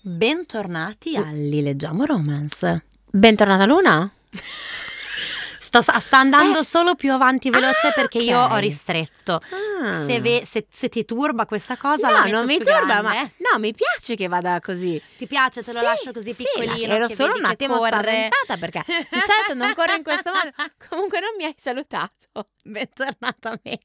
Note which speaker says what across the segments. Speaker 1: Bentornati a Li Leggiamo Romance.
Speaker 2: Bentornata Luna? Uh, Sto, sta andando solo più avanti veloce
Speaker 1: Eh. Ah,
Speaker 2: perché io
Speaker 1: ok. Ah.
Speaker 2: ho ristretto. Se, ve- se- se ti turba questa cosa, la
Speaker 1: no,
Speaker 2: metto
Speaker 1: non mi
Speaker 2: più
Speaker 1: turba,
Speaker 2: grande. eh.
Speaker 1: ma no, mi piace che vada così.
Speaker 2: Ti piace, te lo
Speaker 1: Sì,
Speaker 2: lascio così
Speaker 1: sì,
Speaker 2: piccolino.
Speaker 1: Ero
Speaker 2: che
Speaker 1: solo
Speaker 2: vedi
Speaker 1: un
Speaker 2: che
Speaker 1: attimo
Speaker 2: corre.
Speaker 1: spaventata perché di solito non corre in questo modo. Comunque non mi hai salutato.
Speaker 2: Bentornata a me.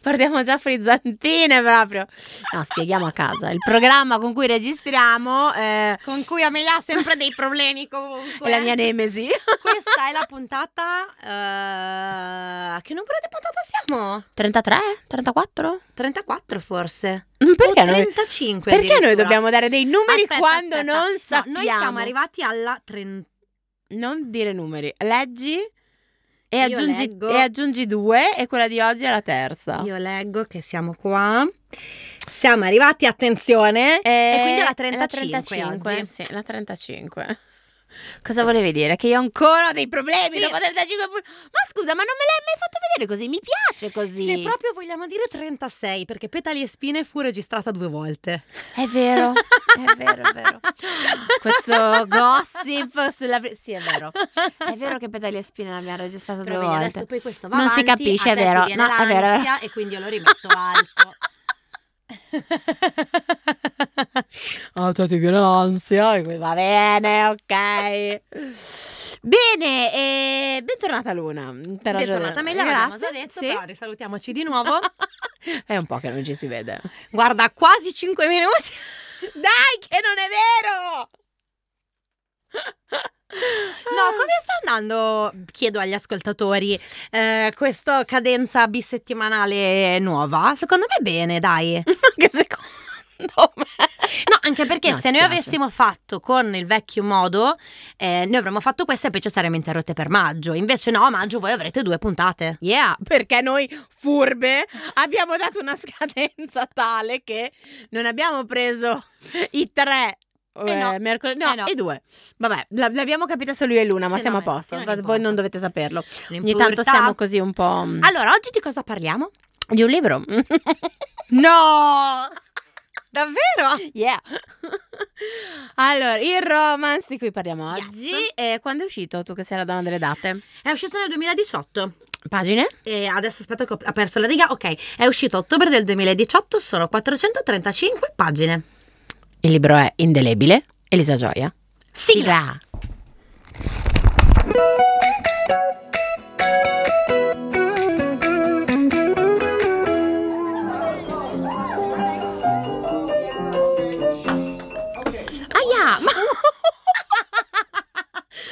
Speaker 1: Partiamo già frizzantine proprio. No, spieghiamo a casa. Il programma con cui registriamo eh,
Speaker 2: Con cui Amelia ha sempre dei problemi comunque.
Speaker 1: è la mia nemesi.
Speaker 2: Questa è la puntata. eh, che numero di puntata siamo?
Speaker 1: 33? 34?
Speaker 2: 34 forse.
Speaker 1: Mm, Perché,
Speaker 2: o
Speaker 1: noi,
Speaker 2: 35
Speaker 1: perché noi
Speaker 2: addirittura.
Speaker 1: dobbiamo dare dei numeri
Speaker 2: Aspetta,
Speaker 1: quando
Speaker 2: aspetta.
Speaker 1: non
Speaker 2: No,
Speaker 1: sappiamo?
Speaker 2: noi siamo arrivati alla 30.
Speaker 1: Non dire numeri, leggi e
Speaker 2: Io
Speaker 1: aggiungi,
Speaker 2: leggo.
Speaker 1: e aggiungi due e quella di oggi è la terza.
Speaker 2: Io leggo che siamo qua. Siamo arrivati, attenzione.
Speaker 1: Eh,
Speaker 2: E quindi è la 35 oggi.
Speaker 1: sì, la 35. Cosa volevi dire? Che io ancora ho dei problemi
Speaker 2: Sì.
Speaker 1: dopo 35 pu- Ma scusa, ma non me l'hai mai fatto vedere così? Mi piace così.
Speaker 2: Se proprio vogliamo dire 36, perché Petali e Spine fu registrata due volte.
Speaker 1: È vero, è vero, è vero. Questo gossip sulla... pri- Sì, è vero. È vero che Pedali e Spina l'abbiamo registrato due
Speaker 2: Però vedi, adesso
Speaker 1: volte.
Speaker 2: poi questo va
Speaker 1: Non si
Speaker 2: avanti,
Speaker 1: capisce,
Speaker 2: a
Speaker 1: è
Speaker 2: te ti
Speaker 1: vero.
Speaker 2: viene
Speaker 1: No, è vero, è
Speaker 2: l'ansia
Speaker 1: vero.
Speaker 2: E quindi io lo rimetto alto.
Speaker 1: Ah, te ti viene l'ansia. e quindi Va bene, ok. Bene, e bentornata Luna. Te l'ho già
Speaker 2: Bentornata
Speaker 1: detto.
Speaker 2: Amelia, l'abbiamo già
Speaker 1: Grazie,
Speaker 2: detto,
Speaker 1: sì.
Speaker 2: però risalutiamoci di nuovo.
Speaker 1: È un po' che non ci si vede.
Speaker 2: Guarda, quasi 5 minuti.
Speaker 1: Dai, che non è vero!
Speaker 2: No, come sta andando, chiedo agli ascoltatori, eh, questa cadenza bisettimanale nuova? Secondo me bene, dai.
Speaker 1: Che secondo me...
Speaker 2: No, anche perché
Speaker 1: No,
Speaker 2: se
Speaker 1: ci
Speaker 2: noi
Speaker 1: piace.
Speaker 2: avessimo fatto con il vecchio modo, eh, noi avremmo fatto questa e poi ci saremmo interrotte per maggio. Invece no, a maggio voi avrete due puntate.
Speaker 1: Yeah, perché noi furbe abbiamo dato una scadenza tale che non abbiamo preso i tre.
Speaker 2: Eh no,
Speaker 1: eh, mercoledì, no,
Speaker 2: eh no.
Speaker 1: e due. Vabbè, la- l'abbiamo capita solo io e Luna, ma
Speaker 2: Sì,
Speaker 1: siamo
Speaker 2: no,
Speaker 1: a posto.
Speaker 2: infatti, non
Speaker 1: Voi
Speaker 2: importa.
Speaker 1: non dovete saperlo.
Speaker 2: Non
Speaker 1: Ogni tanto
Speaker 2: importa.
Speaker 1: siamo così un po'. mm,
Speaker 2: Allora, oggi di cosa parliamo?
Speaker 1: Di un libro.
Speaker 2: No! Davvero?
Speaker 1: yeah. allora, il romance di cui parliamo
Speaker 2: Yes.
Speaker 1: oggi. eh, quando è uscito? Tu che sei la donna delle date.
Speaker 2: È uscito nel 2018.
Speaker 1: Pagine?
Speaker 2: E adesso aspetta che ho ho perso la riga. Ok, è uscito a ottobre del 2018, sono 435 pagine.
Speaker 1: Il libro è Indelebile. Elisa Gioia.
Speaker 2: Sigla.
Speaker 1: Aia, ma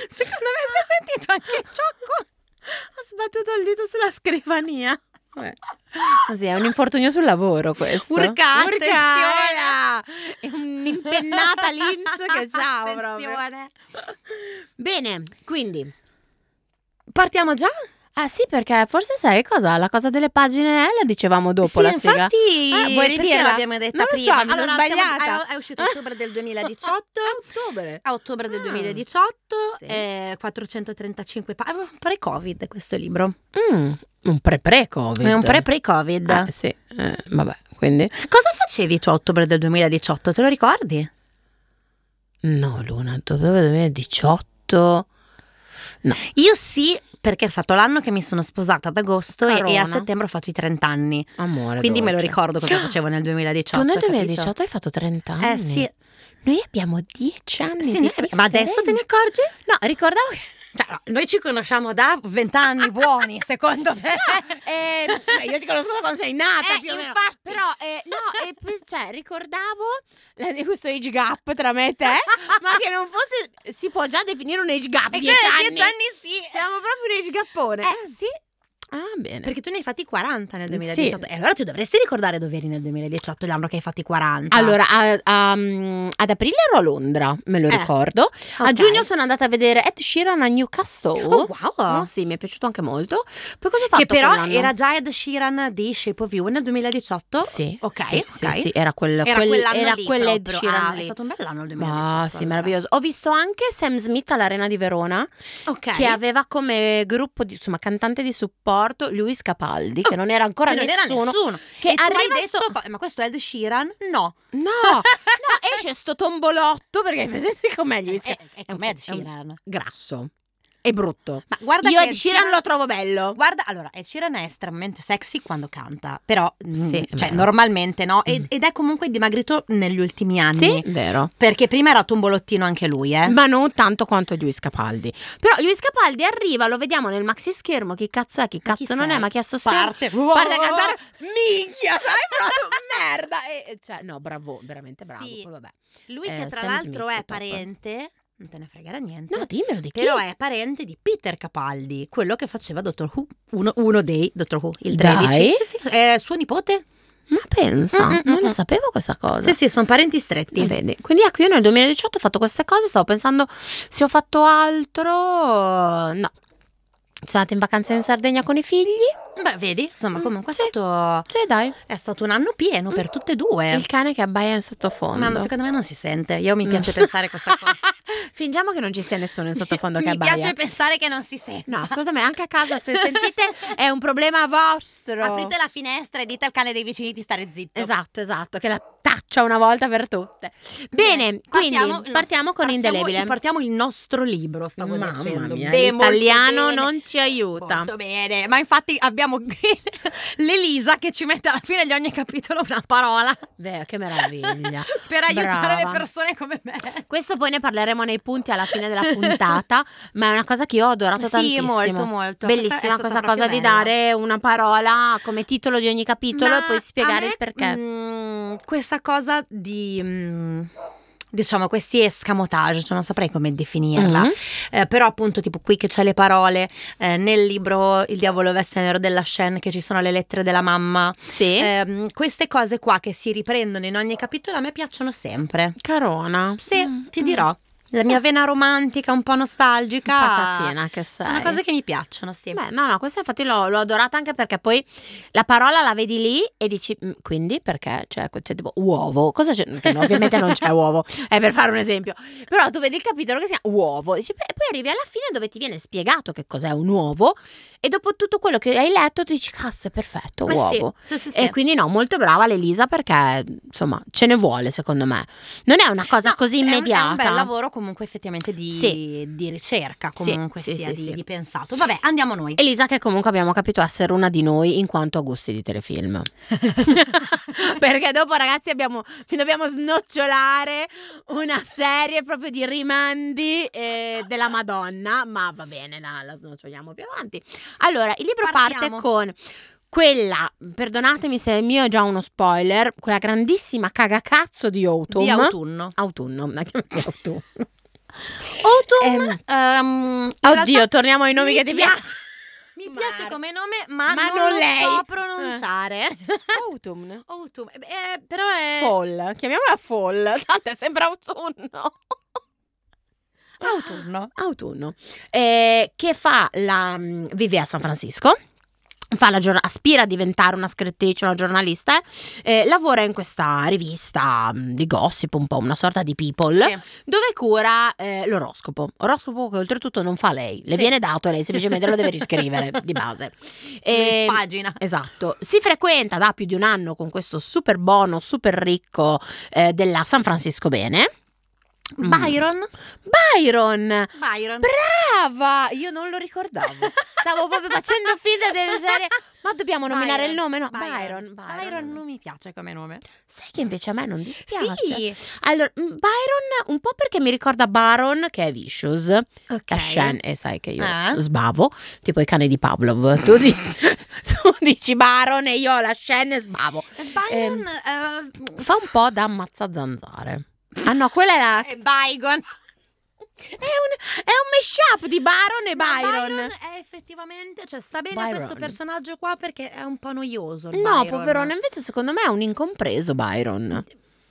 Speaker 2: Secondo me si è sentito anche il ciocco.
Speaker 1: ho sbattuto il dito sulla scrivania. Vabbè. Così è un infortunio sul lavoro questo.
Speaker 2: Urca,
Speaker 1: Urca, È un'impennata l'Inps che
Speaker 2: oh,
Speaker 1: ciao proprio.
Speaker 2: Attenzione.
Speaker 1: Bene, quindi.
Speaker 2: Partiamo già?
Speaker 1: Ah sì, perché forse sai cosa? La cosa delle pagine eh, la dicevamo dopo
Speaker 2: sì,
Speaker 1: la sigla.
Speaker 2: infatti,
Speaker 1: Ah, vuoi
Speaker 2: perché
Speaker 1: ridirla?
Speaker 2: l'abbiamo detta
Speaker 1: Non lo so,
Speaker 2: prima?
Speaker 1: mi sono
Speaker 2: allora, siamo- eh,
Speaker 1: sbagliata. Ah,
Speaker 2: è, è uscito a ottobre del 2018.
Speaker 1: ottobre.
Speaker 2: A ottobre del
Speaker 1: Ah.
Speaker 2: 2018,
Speaker 1: Sì.
Speaker 2: eh, 435 pagine. Pre-Covid questo libro.
Speaker 1: Mm, un pre-pre-covid.
Speaker 2: È un pre-pre-Covid.
Speaker 1: Eh, sì, eh, vabbè, quindi.
Speaker 2: Cosa facevi tu a ottobre del 2018? Te lo ricordi?
Speaker 1: No, Luna, doveva 2018.
Speaker 2: Io sì, perché è stato l'anno che mi sono sposata ad agosto e- e,
Speaker 1: Carona.
Speaker 2: a settembre ho fatto i 30 anni.
Speaker 1: Amore.
Speaker 2: Quindi me lo
Speaker 1: dolce. Ah,
Speaker 2: ricordo cosa facevo nel 2018.
Speaker 1: Tu nel
Speaker 2: capito?
Speaker 1: 2018 hai fatto 30 anni.
Speaker 2: Eh sì,
Speaker 1: Noi abbiamo 10 anni.
Speaker 2: Sì,
Speaker 1: di
Speaker 2: ne- ma adesso te ne
Speaker 1: differenza.
Speaker 2: accorgi?
Speaker 1: No, ricordavo che.
Speaker 2: Cioè, no, noi ci conosciamo da 20 anni buoni, secondo me.
Speaker 1: Eh, beh, io ti conosco da quando sei nata
Speaker 2: Eh,
Speaker 1: più o meno.
Speaker 2: infatti.
Speaker 1: Però, eh, no, eh, pe- cioè, ricordavo la- di questo age gap tra me e te, ma che non fosse. Si può già definire un age gap. 10 Eh, anni.
Speaker 2: sì.
Speaker 1: Siamo proprio un age gappone.
Speaker 2: Eh sì,
Speaker 1: Ah, bene.
Speaker 2: perché tu ne hai fatti 40 nel
Speaker 1: Sì.
Speaker 2: 2018 e allora ti dovresti ricordare dove eri nel 2018, l'anno che hai fatti 40.
Speaker 1: Allora, a- a- mm, ad aprile ero a Londra, me lo
Speaker 2: Eh,
Speaker 1: ricordo. A
Speaker 2: ok.
Speaker 1: giugno sono andata a vedere Ed Sheeran a Newcastle.
Speaker 2: Oh, wow.
Speaker 1: No, sì, mi è piaciuto anche molto. Poi cosa ho fatto?
Speaker 2: che però
Speaker 1: quell'anno?
Speaker 2: era già Ed Sheeran di Shape of You nel 2018.
Speaker 1: Sì,
Speaker 2: Certo. ok,
Speaker 1: sì, sì,
Speaker 2: ok.
Speaker 1: sì, era, quel,
Speaker 2: Era
Speaker 1: quel-
Speaker 2: quell'anno
Speaker 1: era
Speaker 2: lì
Speaker 1: quella Ed
Speaker 2: proprio.
Speaker 1: Sheeran
Speaker 2: Ah,
Speaker 1: lì.
Speaker 2: è stato un bell'anno il 2018.
Speaker 1: Ma sì,
Speaker 2: allora.
Speaker 1: meraviglioso. Ho visto anche Sam Smith all'Arena di Verona,
Speaker 2: Ok.
Speaker 1: che aveva come gruppo, di, insomma, cantante di supporto scorto Luis Capaldi, che non era ancora
Speaker 2: Oh, non era
Speaker 1: nessuno.
Speaker 2: nessuno.
Speaker 1: Che
Speaker 2: E tu
Speaker 1: arriva
Speaker 2: hai detto,
Speaker 1: sto-
Speaker 2: fa- ma questo è Ed Sheeran? No.
Speaker 1: No, no, esce sto tombolotto perché hai presente com'è Luis
Speaker 2: È, è come
Speaker 1: un-
Speaker 2: Ed
Speaker 1: è un-
Speaker 2: Sheeran.
Speaker 1: grasso e brutto.
Speaker 2: Ma guarda
Speaker 1: Io
Speaker 2: che
Speaker 1: Ed Sheeran lo trovo bello.
Speaker 2: Guarda, allora, Ed Sheeran è estremamente sexy quando canta, però mm,
Speaker 1: Sì, è
Speaker 2: cioè,
Speaker 1: vero.
Speaker 2: normalmente no,
Speaker 1: Mm.
Speaker 2: ed, ed è comunque dimagrito negli ultimi anni.
Speaker 1: Sì, vero.
Speaker 2: Perché prima era tombolottino anche lui, eh.
Speaker 1: Ma non tanto quanto Luis Capaldi. Però Luis Capaldi arriva, lo vediamo nel maxi schermo, chi cazzo è, chi
Speaker 2: Ma
Speaker 1: cazzo
Speaker 2: chi
Speaker 1: non
Speaker 2: sei?
Speaker 1: è, ma chi è sto schermo.
Speaker 2: Parte,
Speaker 1: Guarda a cantare, minchia, sai proprio merda. E, e cioè, no, bravo, veramente bravo.
Speaker 2: Sì.
Speaker 1: poi vabbè.
Speaker 2: Lui
Speaker 1: Eh,
Speaker 2: che tra
Speaker 1: Sam
Speaker 2: l'altro
Speaker 1: Smith,
Speaker 2: è
Speaker 1: proprio.
Speaker 2: parente, non te ne fregherà niente.
Speaker 1: No, dimmelo di chi.
Speaker 2: però è parente di Peter Capaldi, quello che faceva Doctor Who, uno, uno dei Doctor Who, il
Speaker 1: Dai.
Speaker 2: 13. Sì, sì, è suo nipote.
Speaker 1: Ma pensa,
Speaker 2: Mm, mm,
Speaker 1: non
Speaker 2: mm,
Speaker 1: la
Speaker 2: mm.
Speaker 1: sapevo questa cosa.
Speaker 2: Sì, sì, sono parenti stretti.
Speaker 1: Eh, vedi. Quindi ecco, io nel 2018 ho fatto queste cose, stavo pensando se ho fatto altro. No. Sono andata in vacanza in Sardegna con i figli.
Speaker 2: Beh, vedi, insomma,
Speaker 1: Mm,
Speaker 2: comunque
Speaker 1: sì.
Speaker 2: è, stato,
Speaker 1: Cioè, dai.
Speaker 2: è stato un anno pieno per tutte e due.
Speaker 1: Il cane che abbaia in sottofondo.
Speaker 2: Ma no, Eh. secondo me non si sente. Io mi piace
Speaker 1: Mm.
Speaker 2: pensare questa cosa.
Speaker 1: Fingiamo che non ci sia nessuno in sottofondo
Speaker 2: mi
Speaker 1: che abbaia.
Speaker 2: piace pensare che non si sente.
Speaker 1: No, assolutamente, anche a casa se sentite è un problema vostro.
Speaker 2: Aprite la finestra e dite al cane dei vicini di stare zitto.
Speaker 1: Esatto, esatto, che la taccia una volta per tutte. Bene, quindi
Speaker 2: Eh, partiamo-
Speaker 1: partiamo,
Speaker 2: no,
Speaker 1: con Indelebile.
Speaker 2: Partiamo il nostro libro, stavo
Speaker 1: Mamma
Speaker 2: dicendo.
Speaker 1: mia,
Speaker 2: Beh, molto
Speaker 1: l'italiano
Speaker 2: bene.
Speaker 1: non ci aiuta.
Speaker 2: Molto bene, ma infatti abbiamo l'Elisa che ci mette alla fine di ogni capitolo una parola
Speaker 1: Beh, che meraviglia.
Speaker 2: per aiutare
Speaker 1: Brava.
Speaker 2: le persone come me.
Speaker 1: Questo poi ne parleremo nei punti alla fine della puntata, ma è una cosa che io ho adorato
Speaker 2: Sì,
Speaker 1: tantissimo.
Speaker 2: molto, molto. Questa
Speaker 1: Bellissima
Speaker 2: è
Speaker 1: questa
Speaker 2: stata
Speaker 1: cosa
Speaker 2: proprio
Speaker 1: di
Speaker 2: bella.
Speaker 1: dare una parola come titolo di ogni capitolo
Speaker 2: Ma
Speaker 1: e poi
Speaker 2: a me,
Speaker 1: spiegare il perché.
Speaker 2: mm, questa cosa di. mm, Diciamo questi escamotage, cioè non saprei come definirla,
Speaker 1: Mhm.
Speaker 2: Eh, però appunto tipo qui che c'è le parole, eh, nel libro Il diavolo veste nero della Shen che ci sono le lettere della mamma,
Speaker 1: Sì.
Speaker 2: Ehm, queste cose qua che si riprendono in ogni capitolo a me piacciono sempre.
Speaker 1: Carona.
Speaker 2: Sì,
Speaker 1: Mm,
Speaker 2: ti
Speaker 1: mm.
Speaker 2: dirò, la mia vena romantica un po' nostalgica,
Speaker 1: Patatina che sei.
Speaker 2: sono cose che mi piacciono, sì.
Speaker 1: Beh, no, no, questa infatti l'ho, l'ho adorata anche perché poi la parola la vedi lì e dici, "Mm, quindi perché c'è, c'è tipo uovo, cosa c'è? Che no, ovviamente non c'è uovo, è per fare un esempio, però tu vedi il capitolo che si chiama uovo dici, "Beh", e poi arrivi alla fine dove ti viene spiegato che cos'è un uovo e dopo tutto quello che hai letto ti dici, cazzo è perfetto,
Speaker 2: Eh sì,
Speaker 1: uovo.
Speaker 2: sì, sì, sì.
Speaker 1: E quindi no, molto brava l'Elisa perché insomma ce ne vuole secondo me. Non è una cosa
Speaker 2: No,
Speaker 1: così
Speaker 2: è un-
Speaker 1: immediata.
Speaker 2: È un, bel lavoro comunque effettivamente di,
Speaker 1: Sì.
Speaker 2: di ricerca,
Speaker 1: Sì,
Speaker 2: comunque
Speaker 1: sì,
Speaker 2: sia
Speaker 1: sì,
Speaker 2: di,
Speaker 1: sì.
Speaker 2: di pensato. Vabbè, andiamo noi.
Speaker 1: Elisa che comunque abbiamo capito essere una di noi in quanto a gusti di telefilm. Perché dopo ragazzi abbiamo, dobbiamo snocciolare una serie proprio di rimandi eh, della Madonna, ma va bene, la, la snoccioliamo più avanti. Allora, il libro
Speaker 2: Partiamo.
Speaker 1: parte con quella, perdonatemi se il mio è già uno spoiler, quella grandissima cagacazzo di Autumn.
Speaker 2: Di autunno.
Speaker 1: Autunno, ma che- autunno.
Speaker 2: Autumn.
Speaker 1: Ehm,
Speaker 2: ehm, in
Speaker 1: Oddio,
Speaker 2: realtà
Speaker 1: torniamo ai nomi
Speaker 2: mi
Speaker 1: che ti piacciono.
Speaker 2: Mi piace
Speaker 1: Mar-
Speaker 2: come nome, ma,
Speaker 1: Ma
Speaker 2: non,
Speaker 1: non
Speaker 2: lo
Speaker 1: lei. Eh.
Speaker 2: so pronunciare.
Speaker 1: Autumn.
Speaker 2: Autumn. eh, eh, però è
Speaker 1: Fall, chiamiamola fall, tanto sembra autunno.
Speaker 2: autunno.
Speaker 1: Autunno. Eh, che fa la... mh, vive a San Francisco. Fa la giorna- aspira a diventare una scrittrice, una giornalista, eh, lavora in questa rivista mh, di gossip, un po' una sorta di people,
Speaker 2: Sì.
Speaker 1: dove cura eh, l'oroscopo. Oroscopo che oltretutto non fa lei, le
Speaker 2: Sì.
Speaker 1: viene dato e lei semplicemente lo deve riscrivere di base. Ehm, E-
Speaker 2: eh, Pagina.
Speaker 1: Esatto, si frequenta da più di un anno con questo super bono, super ricco eh, della San Francisco Bene. Mm.
Speaker 2: Byron.
Speaker 1: Byron!
Speaker 2: Byron.
Speaker 1: Brava! Io non lo ricordavo. Stavo proprio facendo finta delle serie. Ma dobbiamo nominare
Speaker 2: Byron,
Speaker 1: il nome? No,
Speaker 2: Byron.
Speaker 1: Byron.
Speaker 2: Byron non mi piace come nome.
Speaker 1: Sai che invece a me non dispiace.
Speaker 2: Sì.
Speaker 1: Allora, m, Byron un po' perché mi ricorda Baron che è Vicious, che è Eh, Shen e sai che io
Speaker 2: Ah.
Speaker 1: sbavo, tipo i cani di Pavlov. Tu, di- tu dici Baron e io ho la Shen e sbavo.
Speaker 2: Byron. eh,
Speaker 1: Ehm, Fa un po' da ammazza zanzare. Ah no, quella è la... È
Speaker 2: è eh, Bygon.
Speaker 1: un, è un mashup di Baron e
Speaker 2: Ma
Speaker 1: Eh, Byron.
Speaker 2: è effettivamente, cioè sta bene
Speaker 1: Byron.
Speaker 2: questo personaggio qua perché è un po' noioso. il
Speaker 1: No,
Speaker 2: Byron.
Speaker 1: poverone, invece secondo me è un incompreso Byron.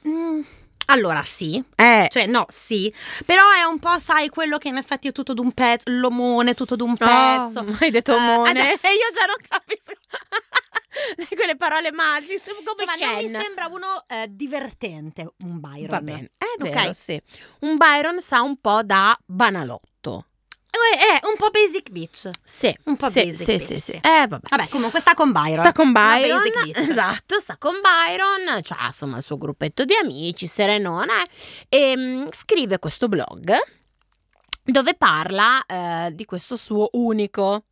Speaker 2: Mm, Allora sì,
Speaker 1: Eh,
Speaker 2: cioè no sì, però è un po' sai quello che in effetti è tutto d'un pezzo, l'omone tutto d'un pezzo.
Speaker 1: Oh, hai detto
Speaker 2: Eh,
Speaker 1: omone.
Speaker 2: adesso-
Speaker 1: e io già non capisco. Quelle parole magiche, sono come
Speaker 2: Insomma, non mi
Speaker 1: Chen.
Speaker 2: sembra uno eh, divertente un Byron.
Speaker 1: Va bene, è
Speaker 2: Ok.
Speaker 1: vero, sì. Un Byron sa un po' da banalotto.
Speaker 2: Eh, È un po' basic bitch.
Speaker 1: Sì,
Speaker 2: Un po'
Speaker 1: sì,
Speaker 2: basic
Speaker 1: sì,
Speaker 2: bitch,
Speaker 1: sì,
Speaker 2: sì.
Speaker 1: sì. Eh, vabbè.
Speaker 2: Vabbè, comunque sta con Byron.
Speaker 1: Sta con
Speaker 2: Una
Speaker 1: Byron,
Speaker 2: basic bitch.
Speaker 1: esatto, sta con Byron, ha insomma il suo gruppetto di amici, serenona, eh, e mm, scrive questo blog dove parla eh, di questo suo unico,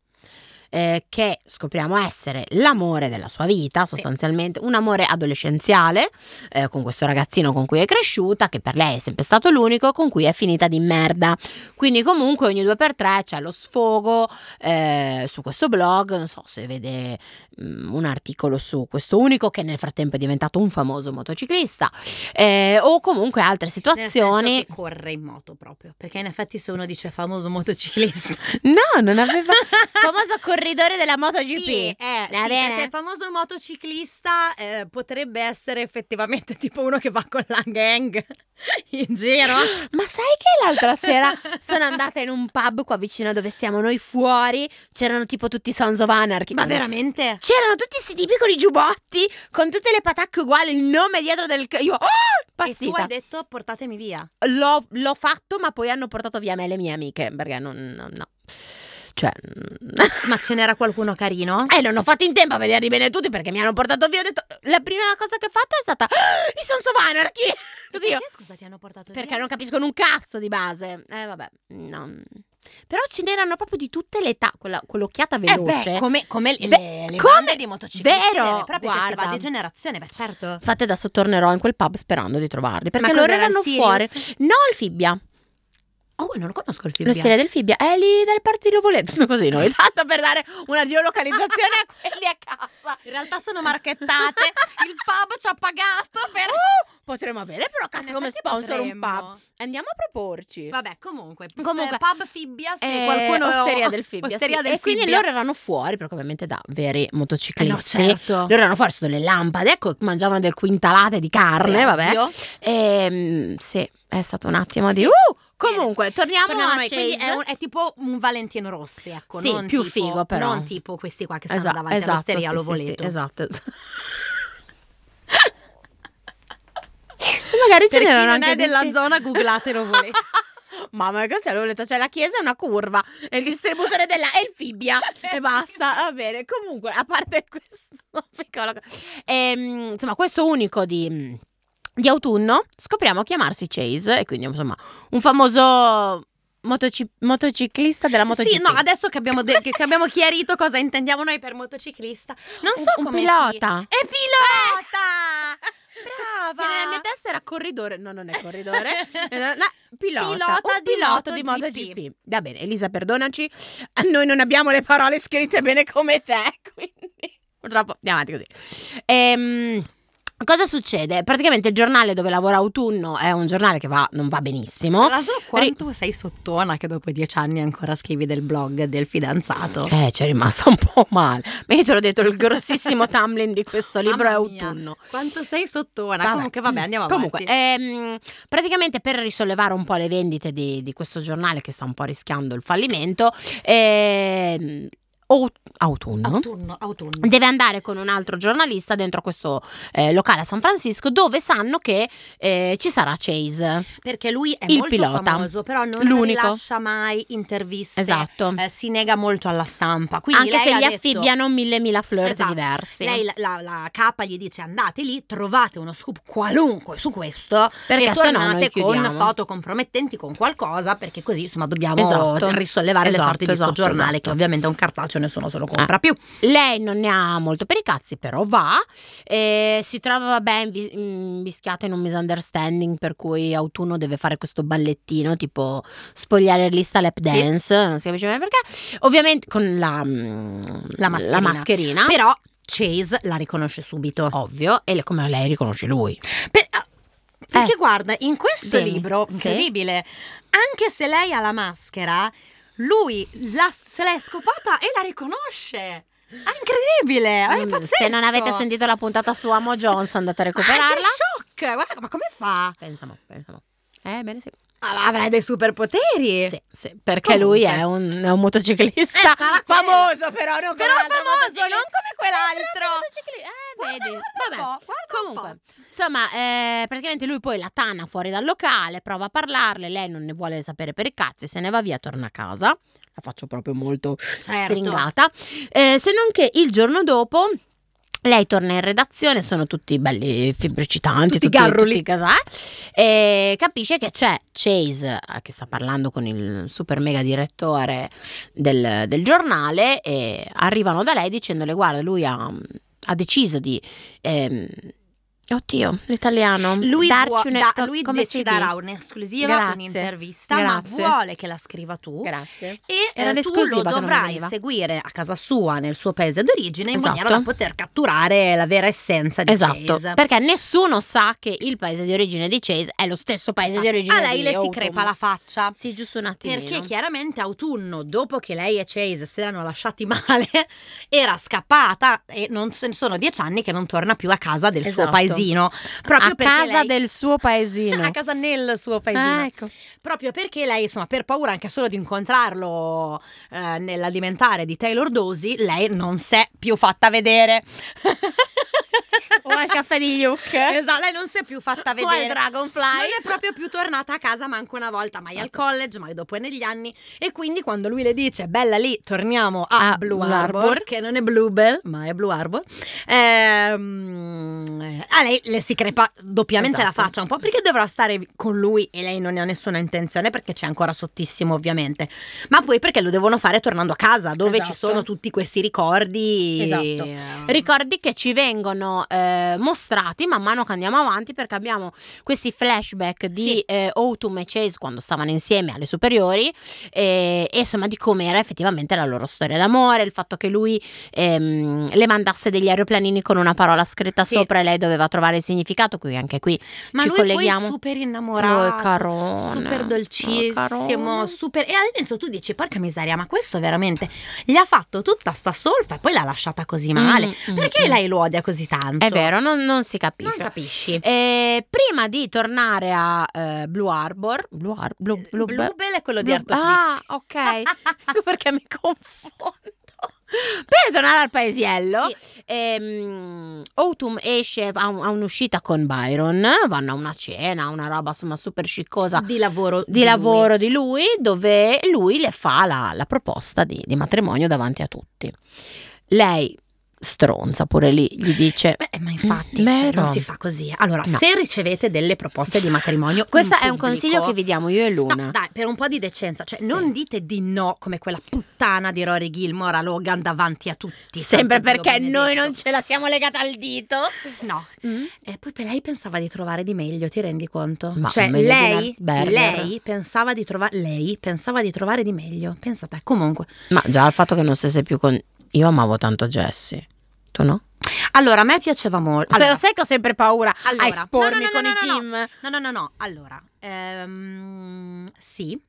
Speaker 1: eh, che scopriamo essere l'amore della sua vita, sostanzialmente un amore adolescenziale, eh, con questo ragazzino con cui è cresciuta, che per lei è sempre stato l'unico, con cui è finita di merda. Quindi comunque ogni due per tre c'è lo sfogo eh, su questo blog, non so se vede mm, un articolo su questo unico che nel frattempo è diventato un famoso motociclista, eh, o comunque altre
Speaker 2: Nel senso
Speaker 1: situazioni.
Speaker 2: che corre in moto proprio. Perché in effetti se uno dice famoso motociclista.
Speaker 1: No, non aveva... famoso corridore della MotoGP.
Speaker 2: Sì, eh, sì,
Speaker 1: Va bene.
Speaker 2: perché il famoso motociclista eh, potrebbe essere effettivamente tipo uno che va con la gang in giro.
Speaker 1: Ma sai che l'altra sera sono andata in un pub qua vicino dove stiamo noi fuori, c'erano tipo tutti i Sons of Anarchy.
Speaker 2: Ma veramente?
Speaker 1: C'erano tutti questi tipi con i giubbotti, con tutte le patacche uguali, il nome dietro del... ca- Io... Ah!
Speaker 2: E tu hai
Speaker 1: Pazzita.
Speaker 2: detto portatemi via.
Speaker 1: L'ho, l'ho fatto, ma poi hanno portato via me e le mie amiche, perché non... non- no. Cioè...
Speaker 2: Ma ce n'era qualcuno carino?
Speaker 1: Eh, non ho fatto in tempo a vederli bene tutti perché mi hanno portato via. Ho detto, la prima cosa che ho fatto è stata... "Ah, I Sons of Anarchy! Così io...
Speaker 2: Perché scusa ti hanno portato
Speaker 1: Perché
Speaker 2: via?
Speaker 1: non capiscono un cazzo di base. Eh, vabbè. no. Però ce n'erano proprio di tutte le età. Quella, quell'occhiata
Speaker 2: Eh beh,
Speaker 1: veloce.
Speaker 2: come, come le,
Speaker 1: Beh,
Speaker 2: le
Speaker 1: come-
Speaker 2: bande di motociclisti
Speaker 1: vero,
Speaker 2: vere e proprie che si
Speaker 1: guarda.
Speaker 2: va di generazione, beh certo.
Speaker 1: Infatti adesso tornerò in quel pub sperando di trovarli. Perché
Speaker 2: Ma
Speaker 1: loro
Speaker 2: cos'era, il
Speaker 1: erano
Speaker 2: Sirius?
Speaker 1: fuori. No, il Fibbia.
Speaker 2: Oh, non lo conosco il film.
Speaker 1: Lo stile del Fibbia. È lì dalle parti di Lovoletto. Così noi. Tanto per dare una geolocalizzazione a quelli a casa.
Speaker 2: In realtà sono marchettate, il pub ci ha pagato per...
Speaker 1: Uh, potremmo avere però cazzo
Speaker 2: In
Speaker 1: come
Speaker 2: effetti
Speaker 1: sponsor un
Speaker 2: potremmo.
Speaker 1: pub. Andiamo a proporci.
Speaker 2: Vabbè, comunque,
Speaker 1: Comunque,
Speaker 2: comunque pub Fibbia, se
Speaker 1: Eh,
Speaker 2: qualcuno
Speaker 1: Osteria del Fibbia.
Speaker 2: Osteria
Speaker 1: sì.
Speaker 2: del
Speaker 1: e quindi
Speaker 2: Fibbia.
Speaker 1: loro erano fuori, perché ovviamente da veri
Speaker 2: Eh no,
Speaker 1: motociclisti.
Speaker 2: certo.
Speaker 1: Loro erano fuori sotto le lampade, ecco, mangiavano del quintalate di carne,
Speaker 2: Beh,
Speaker 1: vabbè.
Speaker 2: ovvio.
Speaker 1: E, mm, sì, è stato un attimo di...
Speaker 2: Sì.
Speaker 1: Uh! Comunque, torniamo
Speaker 2: Torniamo
Speaker 1: a
Speaker 2: a noi,
Speaker 1: Chase.
Speaker 2: quindi è, un- è tipo un Valentino Rossi, ecco,
Speaker 1: Sì,
Speaker 2: non
Speaker 1: più
Speaker 2: tipo,
Speaker 1: figo, però.
Speaker 2: Non tipo questi qua che stanno
Speaker 1: Esatto,
Speaker 2: davanti
Speaker 1: esatto,
Speaker 2: all'osteria,
Speaker 1: sì,
Speaker 2: lo
Speaker 1: sì,
Speaker 2: voleto.
Speaker 1: sì, esatto. Magari
Speaker 2: Per
Speaker 1: ce
Speaker 2: chi
Speaker 1: n'erano
Speaker 2: non è
Speaker 1: anche
Speaker 2: della
Speaker 1: di-
Speaker 2: zona, googlatelo, voleto.
Speaker 1: Mamma che cielo, ho letto, c'è Cioè, la chiesa e una curva. E il distributore della è il Fibbia. e basta. Va bene. Comunque, a parte questo piccolo. ehm, insomma, questo unico di, di autunno scopriamo chiamarsi Chase. E quindi, insomma, un famoso motoci- motociclista della MotoGP.
Speaker 2: Sì, no, adesso che abbiamo, de- che- che abbiamo chiarito cosa intendiamo noi per motociclista, non
Speaker 1: Un-
Speaker 2: so
Speaker 1: un
Speaker 2: come
Speaker 1: pilota.
Speaker 2: si- Eh, È pilota! Brava!
Speaker 1: Che Cioè, Nella mia testa era corridore, no, non è corridore, Eh, no, no, pilota,
Speaker 2: Pilota
Speaker 1: un
Speaker 2: di
Speaker 1: pilota di
Speaker 2: MotoGP.
Speaker 1: MotoGP. Va bene, Elisa, perdonaci, a noi non abbiamo le parole scritte bene come te, quindi purtroppo andiamo avanti così. Ehm, cosa succede? Praticamente il giornale dove lavora Autunno è un giornale che va, non va benissimo.
Speaker 2: Tra l'altro quanto sei sottona che dopo dieci anni ancora scrivi del blog del fidanzato.
Speaker 1: Eh, c'è rimasta un po' male. Ma io te l'ho detto, il grossissimo Tamlin di questo libro è
Speaker 2: Mamma mia,
Speaker 1: Autunno.
Speaker 2: Quanto sei sottona.
Speaker 1: Vabbè. Mm.
Speaker 2: Comunque vabbè, andiamo
Speaker 1: Comunque,
Speaker 2: avanti.
Speaker 1: ehm, praticamente per risollevare un po' le vendite di, di questo giornale che sta un po' rischiando il fallimento, ehm, au- autunno.
Speaker 2: autunno, autunno.
Speaker 1: Deve andare con un altro giornalista dentro questo eh, locale a San Francisco dove sanno che eh, ci sarà Chase.
Speaker 2: Perché lui è
Speaker 1: Il
Speaker 2: molto
Speaker 1: pilota.
Speaker 2: famoso, però non
Speaker 1: L'unico.
Speaker 2: rilascia mai interviste.
Speaker 1: Esatto.
Speaker 2: eh, si nega molto alla stampa. Quindi
Speaker 1: Anche
Speaker 2: lei
Speaker 1: se
Speaker 2: ha
Speaker 1: gli
Speaker 2: detto-
Speaker 1: affibbiano mille mila flirt
Speaker 2: Esatto.
Speaker 1: diversi.
Speaker 2: Lei, la, la, la capa gli dice andate lì, trovate uno scoop qualunque su questo
Speaker 1: Perché
Speaker 2: e
Speaker 1: se no noi
Speaker 2: tornate con
Speaker 1: chiudiamo.
Speaker 2: foto compromettenti, con qualcosa, perché così insomma dobbiamo
Speaker 1: Esatto.
Speaker 2: risollevare le
Speaker 1: Esatto,
Speaker 2: sorti di
Speaker 1: esatto,
Speaker 2: questo giornale
Speaker 1: esatto. Ah.
Speaker 2: che ovviamente è un cartaceo, nessuno se lo compra più.
Speaker 1: Lei non ne ha molto per i cazzi, però va. E si trova, vabbè, invi- invischiata in un misunderstanding per cui Autunno deve fare questo ballettino tipo spogliare lista lap dance, non si capisce mai perché. Ovviamente con la, mm,
Speaker 2: La mascherina.
Speaker 1: mascherina,
Speaker 2: Però Chase la riconosce subito.
Speaker 1: ovvio, e le- come lei riconosce lui.
Speaker 2: Per- ah, perché
Speaker 1: Eh.
Speaker 2: guarda, in questo
Speaker 1: Dimmi.
Speaker 2: libro,
Speaker 1: Sì.
Speaker 2: incredibile, anche se lei ha la maschera, lui la- se l'è scopata e la riconosce. È incredibile, è
Speaker 1: Mm,
Speaker 2: pazzesco. Ah,
Speaker 1: Se non avete sentito la puntata su Amo Johnson, andate a
Speaker 2: Ma è
Speaker 1: recuperarla.
Speaker 2: che shock, guarda, ma come fa?
Speaker 1: Pensiamo, pensiamo. Eh, bene, sì.
Speaker 2: Ah, Avrai dei superpoteri.
Speaker 1: Sì, sì, perché lui è un, è un motociclista
Speaker 2: Eh, sarà
Speaker 1: famoso, però non
Speaker 2: Però
Speaker 1: come l'altro
Speaker 2: famoso,
Speaker 1: motociclista.
Speaker 2: non come quell'altro.
Speaker 1: Eh, motociclista- eh,
Speaker 2: Guarda,
Speaker 1: vedi.
Speaker 2: guarda un
Speaker 1: Vabbè.
Speaker 2: po', guarda un
Speaker 1: Comunque, insomma, eh, praticamente lui poi la tana fuori dal locale, prova a parlarle, lei non ne vuole sapere per i cazzi, se ne va via, torna a casa. La faccio proprio molto
Speaker 2: po'. Certo.
Speaker 1: stringata. Eh, se non che il giorno dopo lei torna in redazione, sono tutti belli fibricitanti,
Speaker 2: Tutti
Speaker 1: tutti,
Speaker 2: garruli.
Speaker 1: tutti casà, e capisce che c'è Chase eh, che sta parlando con il super mega direttore del, del giornale e arrivano da lei dicendole guarda lui ha, ha deciso di... ehm, Oddio, l'italiano.
Speaker 2: Lui,
Speaker 1: darci
Speaker 2: vuo-
Speaker 1: una-
Speaker 2: da-
Speaker 1: co-
Speaker 2: lui
Speaker 1: come si
Speaker 2: deciderà
Speaker 1: dice?
Speaker 2: un'esclusiva,
Speaker 1: Grazie.
Speaker 2: un'intervista,
Speaker 1: Grazie.
Speaker 2: ma vuole che la scriva tu.
Speaker 1: Grazie.
Speaker 2: E
Speaker 1: Era
Speaker 2: eh, tu
Speaker 1: l'esclusiva
Speaker 2: lo
Speaker 1: che non
Speaker 2: dovrai
Speaker 1: veniva.
Speaker 2: seguire a casa sua, nel suo paese d'origine, in maniera
Speaker 1: Esatto.
Speaker 2: da poter catturare la vera essenza di
Speaker 1: Esatto,
Speaker 2: Chase.
Speaker 1: perché nessuno sa che il paese di origine di Chase è lo stesso paese di origine
Speaker 2: a Esatto. Ah, lei
Speaker 1: di
Speaker 2: le si
Speaker 1: Autumn.
Speaker 2: crepa la faccia.
Speaker 1: Sì, giusto un attimino.
Speaker 2: Perché chiaramente Autunno, dopo che lei e Chase si erano lasciati male, era scappata e non so- sono dieci anni che non torna più a casa del suo
Speaker 1: Esatto.
Speaker 2: paesino. Proprio
Speaker 1: a
Speaker 2: perché
Speaker 1: casa
Speaker 2: lei-
Speaker 1: del suo paesino.
Speaker 2: a casa nel suo paesino.
Speaker 1: Ah, ecco.
Speaker 2: Proprio perché lei, insomma, per paura anche solo di incontrarlo eh, nell'alimentare di Taylor Dosi, lei non si è più fatta vedere.
Speaker 1: O al caffè di Luke.
Speaker 2: Esatto, lei non si è più fatta
Speaker 1: O al
Speaker 2: vedere. Non
Speaker 1: Dragonfly.
Speaker 2: è proprio più tornata a casa manco una volta, mai al college, mai dopo negli anni. E quindi quando lui le dice, bella lì, torniamo a,
Speaker 1: A
Speaker 2: Blue
Speaker 1: Ah, Blue
Speaker 2: Harbor,
Speaker 1: Harbor.
Speaker 2: che non è Bluebell, ma è Blue Harbor, ehm, a lei le si crepa doppiamente
Speaker 1: Esatto.
Speaker 2: la faccia un po' perché dovrà stare con lui e lei non ne ha nessuna intenzione perché c'è ancora sottissimo ovviamente. Ma poi perché lo devono fare tornando a casa dove
Speaker 1: Esatto.
Speaker 2: ci sono tutti questi ricordi.
Speaker 1: Esatto.
Speaker 2: Eh,
Speaker 1: Ricordi che ci vengono eh, mostrati man mano che andiamo avanti perché abbiamo questi flashback di
Speaker 2: Sì.
Speaker 1: eh, Autumn e Chase quando stavano insieme alle superiori eh, e insomma di com'era effettivamente la loro storia d'amore, il fatto che lui ehm, le mandasse degli aeroplanini con una parola scritta
Speaker 2: Sì.
Speaker 1: sopra e lei doveva trovare il significato, qui anche qui
Speaker 2: Ma
Speaker 1: ci
Speaker 2: lui
Speaker 1: colleghiamo.
Speaker 2: poi super
Speaker 1: Lui è
Speaker 2: innamorato.
Speaker 1: carone.
Speaker 2: super
Speaker 1: Oh,
Speaker 2: dolcissimo,
Speaker 1: carone.
Speaker 2: super. E all'inizio tu dici: Porca miseria, ma questo veramente gli ha fatto tutta sta solfa e poi l'ha lasciata così male.
Speaker 1: Mm, mm,
Speaker 2: Perché
Speaker 1: mm.
Speaker 2: lei lo odia così tanto?
Speaker 1: È vero, non, non si
Speaker 2: non
Speaker 1: capisce.
Speaker 2: capisci.
Speaker 1: Eh, prima di tornare a eh, Blue Harbor, Blue Har- Blue- Blue-
Speaker 2: Bluebell è quello di
Speaker 1: Blue-
Speaker 2: Arthur
Speaker 1: Ah,
Speaker 2: Dixie.
Speaker 1: ok. Ecco perché mi confondo. Per tornare al paesiello, ehm, Autumn esce, ha, un- ha un'uscita con Byron, vanno a una cena, una roba insomma super sciccosa
Speaker 2: Di lavoro.
Speaker 1: di
Speaker 2: lui.
Speaker 1: lavoro di lui, dove lui le fa la, la proposta di, di matrimonio davanti a tutti. Lei, stronza pure lì, gli dice...
Speaker 2: Beh, ma infatti
Speaker 1: Mm,
Speaker 2: cioè,
Speaker 1: vero.
Speaker 2: non si fa così. Allora,
Speaker 1: No.
Speaker 2: se ricevete delle proposte di matrimonio,
Speaker 1: Questo
Speaker 2: in
Speaker 1: è un
Speaker 2: pubblico-
Speaker 1: consiglio che vi diamo io e Luna.
Speaker 2: No, dai, per un po' di decenza, cioè
Speaker 1: Sì.
Speaker 2: non dite di no come quella puttana di Rory Gilmore a Logan davanti a tutti.
Speaker 1: Sempre
Speaker 2: santo Dio
Speaker 1: perché noi
Speaker 2: benedetto.
Speaker 1: non ce la siamo legata al dito.
Speaker 2: No, e poi per lei pensava di trovare di meglio, ti rendi conto?
Speaker 1: Ma
Speaker 2: cioè,
Speaker 1: meglio di
Speaker 2: lei,
Speaker 1: Nerd Burger.
Speaker 2: lei pensava di trovare lei pensava di trovare di meglio. Pensate, comunque.
Speaker 1: Ma già il fatto che non stesse più con... Io amavo tanto Jessie. Tu no?
Speaker 2: Allora, a me piaceva cioè, molto. Allora,
Speaker 1: lo sai che ho sempre paura
Speaker 2: allora.
Speaker 1: a espormi
Speaker 2: No, no, no,
Speaker 1: con
Speaker 2: no,
Speaker 1: i
Speaker 2: no, no.
Speaker 1: team.
Speaker 2: No, no, no, no. Allora, ehm, sì.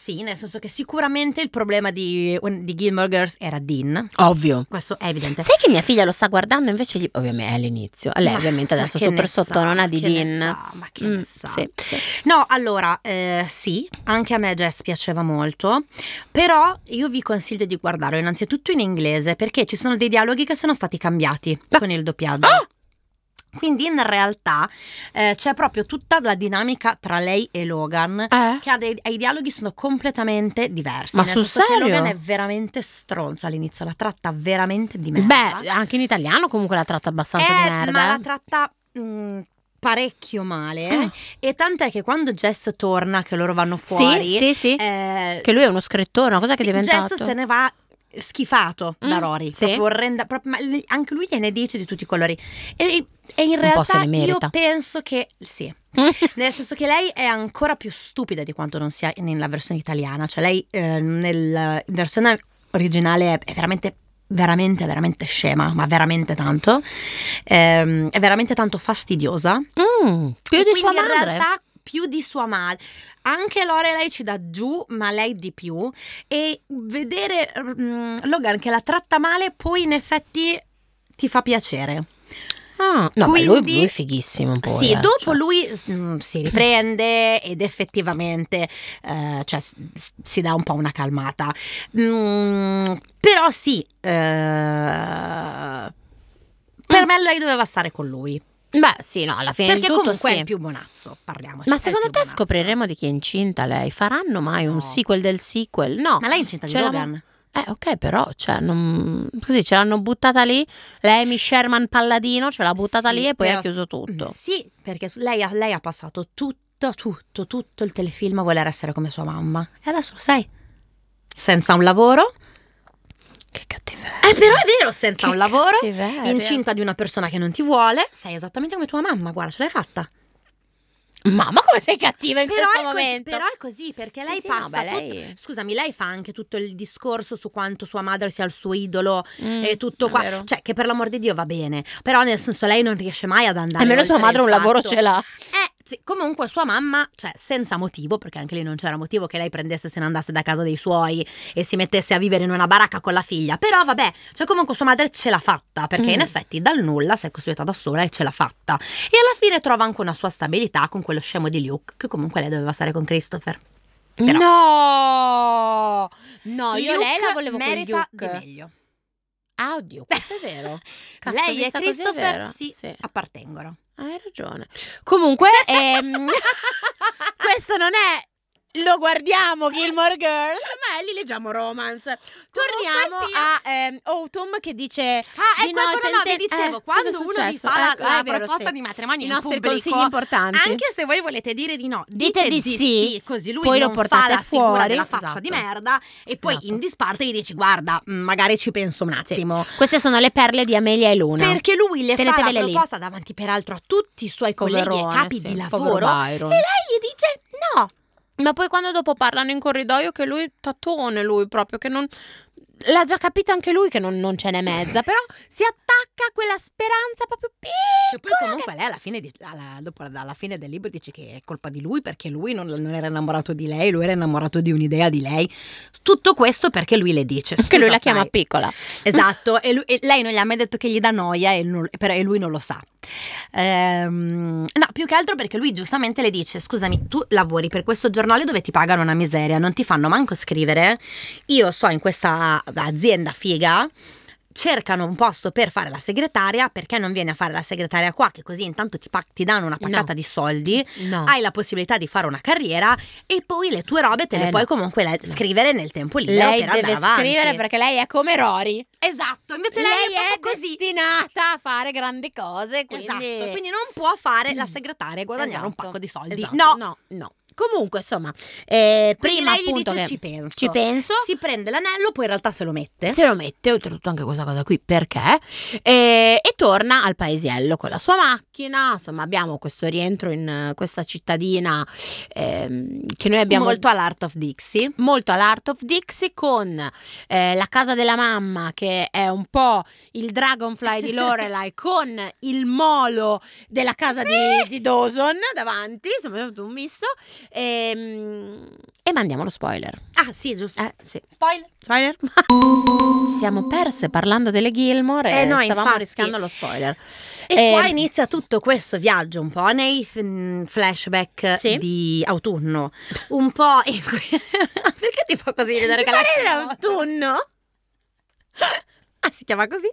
Speaker 2: Sì, nel senso che sicuramente il problema di, di Gilmore Girls era Dean.
Speaker 1: Ovvio.
Speaker 2: Questo è evidente.
Speaker 1: Sai che mia figlia lo sta guardando invece gli... Ovviamente è all'inizio. Lei
Speaker 2: Ma-
Speaker 1: ovviamente
Speaker 2: ma
Speaker 1: adesso
Speaker 2: che ne
Speaker 1: super
Speaker 2: sa,
Speaker 1: sottona
Speaker 2: ma
Speaker 1: di
Speaker 2: che ne
Speaker 1: Dean.
Speaker 2: sa, ma che
Speaker 1: Mm,
Speaker 2: ne sa.
Speaker 1: sì, sì.
Speaker 2: No, allora, eh, sì, anche a me Jess piaceva molto, però io vi consiglio di guardarlo innanzitutto in inglese perché ci sono dei dialoghi che sono stati cambiati
Speaker 1: Ma-
Speaker 2: con il doppiaggio.
Speaker 1: Ah!
Speaker 2: Quindi in realtà eh, c'è proprio tutta la dinamica tra lei e Logan
Speaker 1: Eh?
Speaker 2: che ha dei- i dialoghi sono completamente diversi.
Speaker 1: Ma
Speaker 2: nel
Speaker 1: sul
Speaker 2: senso che
Speaker 1: serio?
Speaker 2: Logan è veramente stronzo all'inizio, la tratta veramente di merda.
Speaker 1: Beh, anche in italiano comunque la tratta abbastanza
Speaker 2: Eh,
Speaker 1: di merda.
Speaker 2: ma la
Speaker 1: eh.
Speaker 2: tratta mh, parecchio male. eh.
Speaker 1: Ah.
Speaker 2: E tant'è che quando Jess torna, che loro vanno fuori,
Speaker 1: Sì, sì, sì.
Speaker 2: eh,
Speaker 1: Che lui è uno scrittore, una cosa che è
Speaker 2: sì,
Speaker 1: diventato.
Speaker 2: Jess se ne va schifato
Speaker 1: Mm,
Speaker 2: da Rory,
Speaker 1: sì.
Speaker 2: proprio orrenda, proprio- ma lì- anche lui gliene dice di tutti i colori. E, e in
Speaker 1: Un po' se
Speaker 2: realtà
Speaker 1: li
Speaker 2: io
Speaker 1: merita. Mm.
Speaker 2: penso che sì. Nel senso che lei è ancora più stupida di quanto non sia nella versione italiana, cioè lei eh, nella versione originale è- è veramente veramente veramente scema, ma veramente tanto. Ehm, è veramente tanto fastidiosa.
Speaker 1: Mm, più
Speaker 2: E
Speaker 1: di sua
Speaker 2: quindi in
Speaker 1: madre.
Speaker 2: realtà più di sua madre. Anche Lorelei ci dà giù, ma lei di più. E vedere mm, Logan che la tratta male, poi in effetti ti fa piacere.
Speaker 1: Ah, no, ma lui,
Speaker 2: Quindi-
Speaker 1: lui è fighissimo. Poi,
Speaker 2: Sì,
Speaker 1: eh,
Speaker 2: dopo
Speaker 1: cioè.
Speaker 2: lui mm, si riprende ed effettivamente eh, cioè, s- s- si dà un po' una calmata. Mm, però sì, eh, per
Speaker 1: Mm.
Speaker 2: me lei doveva stare con lui.
Speaker 1: Beh, sì, no, alla fine. di
Speaker 2: perché
Speaker 1: tutto
Speaker 2: comunque
Speaker 1: sì.
Speaker 2: è il più bonazzo, parliamoci.
Speaker 1: Ma
Speaker 2: è il
Speaker 1: secondo
Speaker 2: più
Speaker 1: te
Speaker 2: bonazzo.
Speaker 1: scopriremo di chi è incinta lei? Faranno mai un
Speaker 2: No.
Speaker 1: sequel del sequel? No.
Speaker 2: Ma lei è incinta di
Speaker 1: Ce l'avamo-
Speaker 2: Logan?
Speaker 1: Eh, ok, però, cioè, non- così ce l'hanno buttata lì. Lei, Miss Sherman Palladino, ce l'ha buttata
Speaker 2: Sì,
Speaker 1: lì e poi
Speaker 2: però- Mm,
Speaker 1: ha chiuso tutto.
Speaker 2: Sì, perché su- lei, ha- lei ha passato tutto, tutto, tutto il telefilm a voler essere come sua mamma. E adesso lo sai. Senza un lavoro.
Speaker 1: Che cattiveria.
Speaker 2: Eh, però è vero, senza
Speaker 1: Che
Speaker 2: un lavoro.
Speaker 1: cattiveria.
Speaker 2: Incinta di una persona che non ti vuole, sei esattamente come tua mamma, guarda, ce l'hai fatta.
Speaker 1: Mamma, come sei cattiva in questo
Speaker 2: è così,
Speaker 1: momento?
Speaker 2: però è così, perché
Speaker 1: Sì,
Speaker 2: lei
Speaker 1: sì, no,
Speaker 2: passa.
Speaker 1: beh,
Speaker 2: tut-
Speaker 1: lei-
Speaker 2: Scusami, lei fa anche tutto il discorso su quanto sua madre sia il suo idolo
Speaker 1: Mm,
Speaker 2: e tutto
Speaker 1: è
Speaker 2: qua.
Speaker 1: vero.
Speaker 2: Cioè, che per l'amor di Dio va bene. Però, nel senso, lei non riesce mai ad andare.
Speaker 1: Almeno
Speaker 2: oltre
Speaker 1: sua madre
Speaker 2: il
Speaker 1: un lavoro
Speaker 2: fatto-
Speaker 1: ce l'ha.
Speaker 2: Eh, sì, comunque sua mamma, cioè, senza motivo, perché anche lì non c'era motivo che lei prendesse e se ne andasse da casa dei suoi e si mettesse a vivere in una baracca con la figlia. Però vabbè, cioè comunque sua madre ce l'ha fatta, perché
Speaker 1: Mm.
Speaker 2: in effetti dal nulla si è costruita da sola e ce l'ha fatta. E alla fine trova anche una sua stabilità con quello scemo di Luke, che comunque lei doveva stare con Christopher. Però-
Speaker 1: No! No, io
Speaker 2: Luke
Speaker 1: lei la volevo con
Speaker 2: merita
Speaker 1: Luke.
Speaker 2: di meglio.
Speaker 1: Ah, oddio, questo è vero. Cazzo,
Speaker 2: lei e
Speaker 1: vista così è
Speaker 2: Christopher
Speaker 1: vero.
Speaker 2: si
Speaker 1: Sì.
Speaker 2: appartengono.
Speaker 1: Ah, Hai ragione. Comunque, ehm, questo non è lo guardiamo Gilmore Girls, ma è lì leggiamo Romance. Torniamo
Speaker 2: sì.
Speaker 1: a ehm, Autumn che dice
Speaker 2: Ah,
Speaker 1: Di
Speaker 2: ecco, ecco,
Speaker 1: notte
Speaker 2: no, no,
Speaker 1: inten-
Speaker 2: vi dicevo,
Speaker 1: eh, cosa è
Speaker 2: quando uno vi
Speaker 1: successo?
Speaker 2: fa la,
Speaker 1: Ecco,
Speaker 2: la
Speaker 1: è vero,
Speaker 2: proposta
Speaker 1: sì.
Speaker 2: di matrimonio
Speaker 1: i
Speaker 2: in
Speaker 1: nostri
Speaker 2: pubblico,
Speaker 1: consigli importanti.
Speaker 2: Anche se voi volete dire di no,
Speaker 1: Dite di sì,
Speaker 2: così lui
Speaker 1: poi lo
Speaker 2: non
Speaker 1: portate
Speaker 2: fa la figura
Speaker 1: fuori.
Speaker 2: della faccia
Speaker 1: Esatto.
Speaker 2: di merda e poi
Speaker 1: Esatto.
Speaker 2: in disparte gli dici "Guarda, mh, magari ci penso un attimo".
Speaker 1: Queste sono le perle di Amelia e Luna.
Speaker 2: Perché lui le fa
Speaker 1: Tenetevele
Speaker 2: la
Speaker 1: lì.
Speaker 2: proposta davanti peraltro a tutti i suoi colleghi e
Speaker 1: Poverone,
Speaker 2: capi
Speaker 1: sì,
Speaker 2: di
Speaker 1: povero
Speaker 2: lavoro e
Speaker 1: Byron.
Speaker 2: lei gli dice "No".
Speaker 1: Ma poi quando dopo parlano in corridoio che lui tatone lui proprio che non l'ha già capito anche lui che non, non ce n'è mezza, però si attacca a quella speranza proprio
Speaker 2: E poi
Speaker 1: piccola
Speaker 2: comunque lei alla fine, di- alla- dopo, alla fine del libro dice che è colpa di lui perché lui non, non era innamorato di lei, lui era innamorato di un'idea di lei. Tutto questo perché lui le dice.
Speaker 1: che, che lui
Speaker 2: "Scusa,
Speaker 1: la chiama
Speaker 2: sai".
Speaker 1: piccola.
Speaker 2: Esatto, e, lui- e lei non gli ha mai detto che gli dà noia e, non- però- e lui non lo sa. Ehm, no, più che altro perché lui giustamente le dice, scusami, tu lavori per questo giornale dove ti pagano una miseria, non ti fanno manco scrivere, io so in questa azienda figa. Cercano un posto per fare la segretaria, perché non vieni a fare la segretaria qua? Che così intanto ti, pa- ti danno una paccata
Speaker 1: No.
Speaker 2: di soldi,
Speaker 1: No.
Speaker 2: hai la possibilità di fare una carriera e poi le tue robe te le
Speaker 1: Eh,
Speaker 2: puoi
Speaker 1: no.
Speaker 2: comunque le-
Speaker 1: No.
Speaker 2: scrivere nel tempo libero
Speaker 1: Lei
Speaker 2: per
Speaker 1: deve
Speaker 2: andare avanti.
Speaker 1: scrivere perché lei è come Rory.
Speaker 2: Esatto, invece lei, è, proprio così.
Speaker 1: destinata a fare grandi cose, quindi
Speaker 2: Esatto, quindi non può fare la segretaria e guadagnare un
Speaker 1: Esatto,
Speaker 2: pacco di soldi.
Speaker 1: esatto.
Speaker 2: No,
Speaker 1: no, no. Comunque, insomma, eh,
Speaker 2: Quindi
Speaker 1: prima
Speaker 2: lei gli
Speaker 1: appunto
Speaker 2: dice,
Speaker 1: che
Speaker 2: "Ci penso".
Speaker 1: Ci penso.
Speaker 2: si prende l'anello, poi in realtà se lo mette.
Speaker 1: Se lo mette, oltretutto anche questa cosa qui, perché? Eh, e torna al paesiello con la sua macchina. Insomma, abbiamo questo rientro in eh, questa cittadina ehm, che noi abbiamo
Speaker 2: Molto all'Art of Dixie.
Speaker 1: molto all'Art of Dixie con eh, la casa della mamma che è un po' il Dragonfly di Lorelai con il molo della casa di, di Dawson davanti, insomma è tutto un misto Ehm, e, mandiamo lo spoiler.
Speaker 2: Ah, sì, giusto.
Speaker 1: Eh, sì.
Speaker 2: Spoiler.
Speaker 1: Spoiler? Siamo perse parlando delle Gilmore e
Speaker 2: Eh no,
Speaker 1: stavamo
Speaker 2: infatti.
Speaker 1: rischiando lo spoiler.
Speaker 2: E
Speaker 1: Ehm,
Speaker 2: qua inizia tutto questo viaggio un po' nei f- mh, flashback
Speaker 1: Sì.
Speaker 2: di autunno. Un po' in cui... Perché ti fa così ridere
Speaker 1: Mi
Speaker 2: che la
Speaker 1: pare era
Speaker 2: chiamata?
Speaker 1: autunno?
Speaker 2: Ah, si chiama così.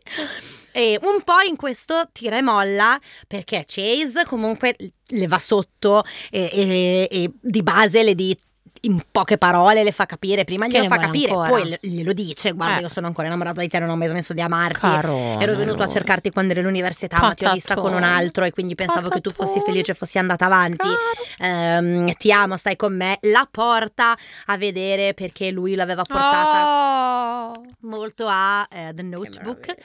Speaker 2: E un po' in questo tira e molla perché Chase comunque le va sotto e, e- e di base le di in poche parole le fa capire, prima
Speaker 1: Che
Speaker 2: glielo
Speaker 1: ne
Speaker 2: fa
Speaker 1: vuole
Speaker 2: capire,
Speaker 1: ancora?
Speaker 2: poi le- glielo dice, guarda
Speaker 1: Eh.
Speaker 2: io sono ancora innamorata di te, non ho mai smesso di amarti.
Speaker 1: Caro.
Speaker 2: Ero venuto a cercarti quando eri all'università, ma ti ho vista con un
Speaker 1: Patatone.
Speaker 2: altro e quindi pensavo che tu fossi
Speaker 1: Patatone.
Speaker 2: felice e fossi andata avanti. Ehm, ti amo, stai con me. La porta a vedere perché lui l'aveva portata
Speaker 1: Oh.
Speaker 2: molto a eh, The Notebook.
Speaker 1: notebook.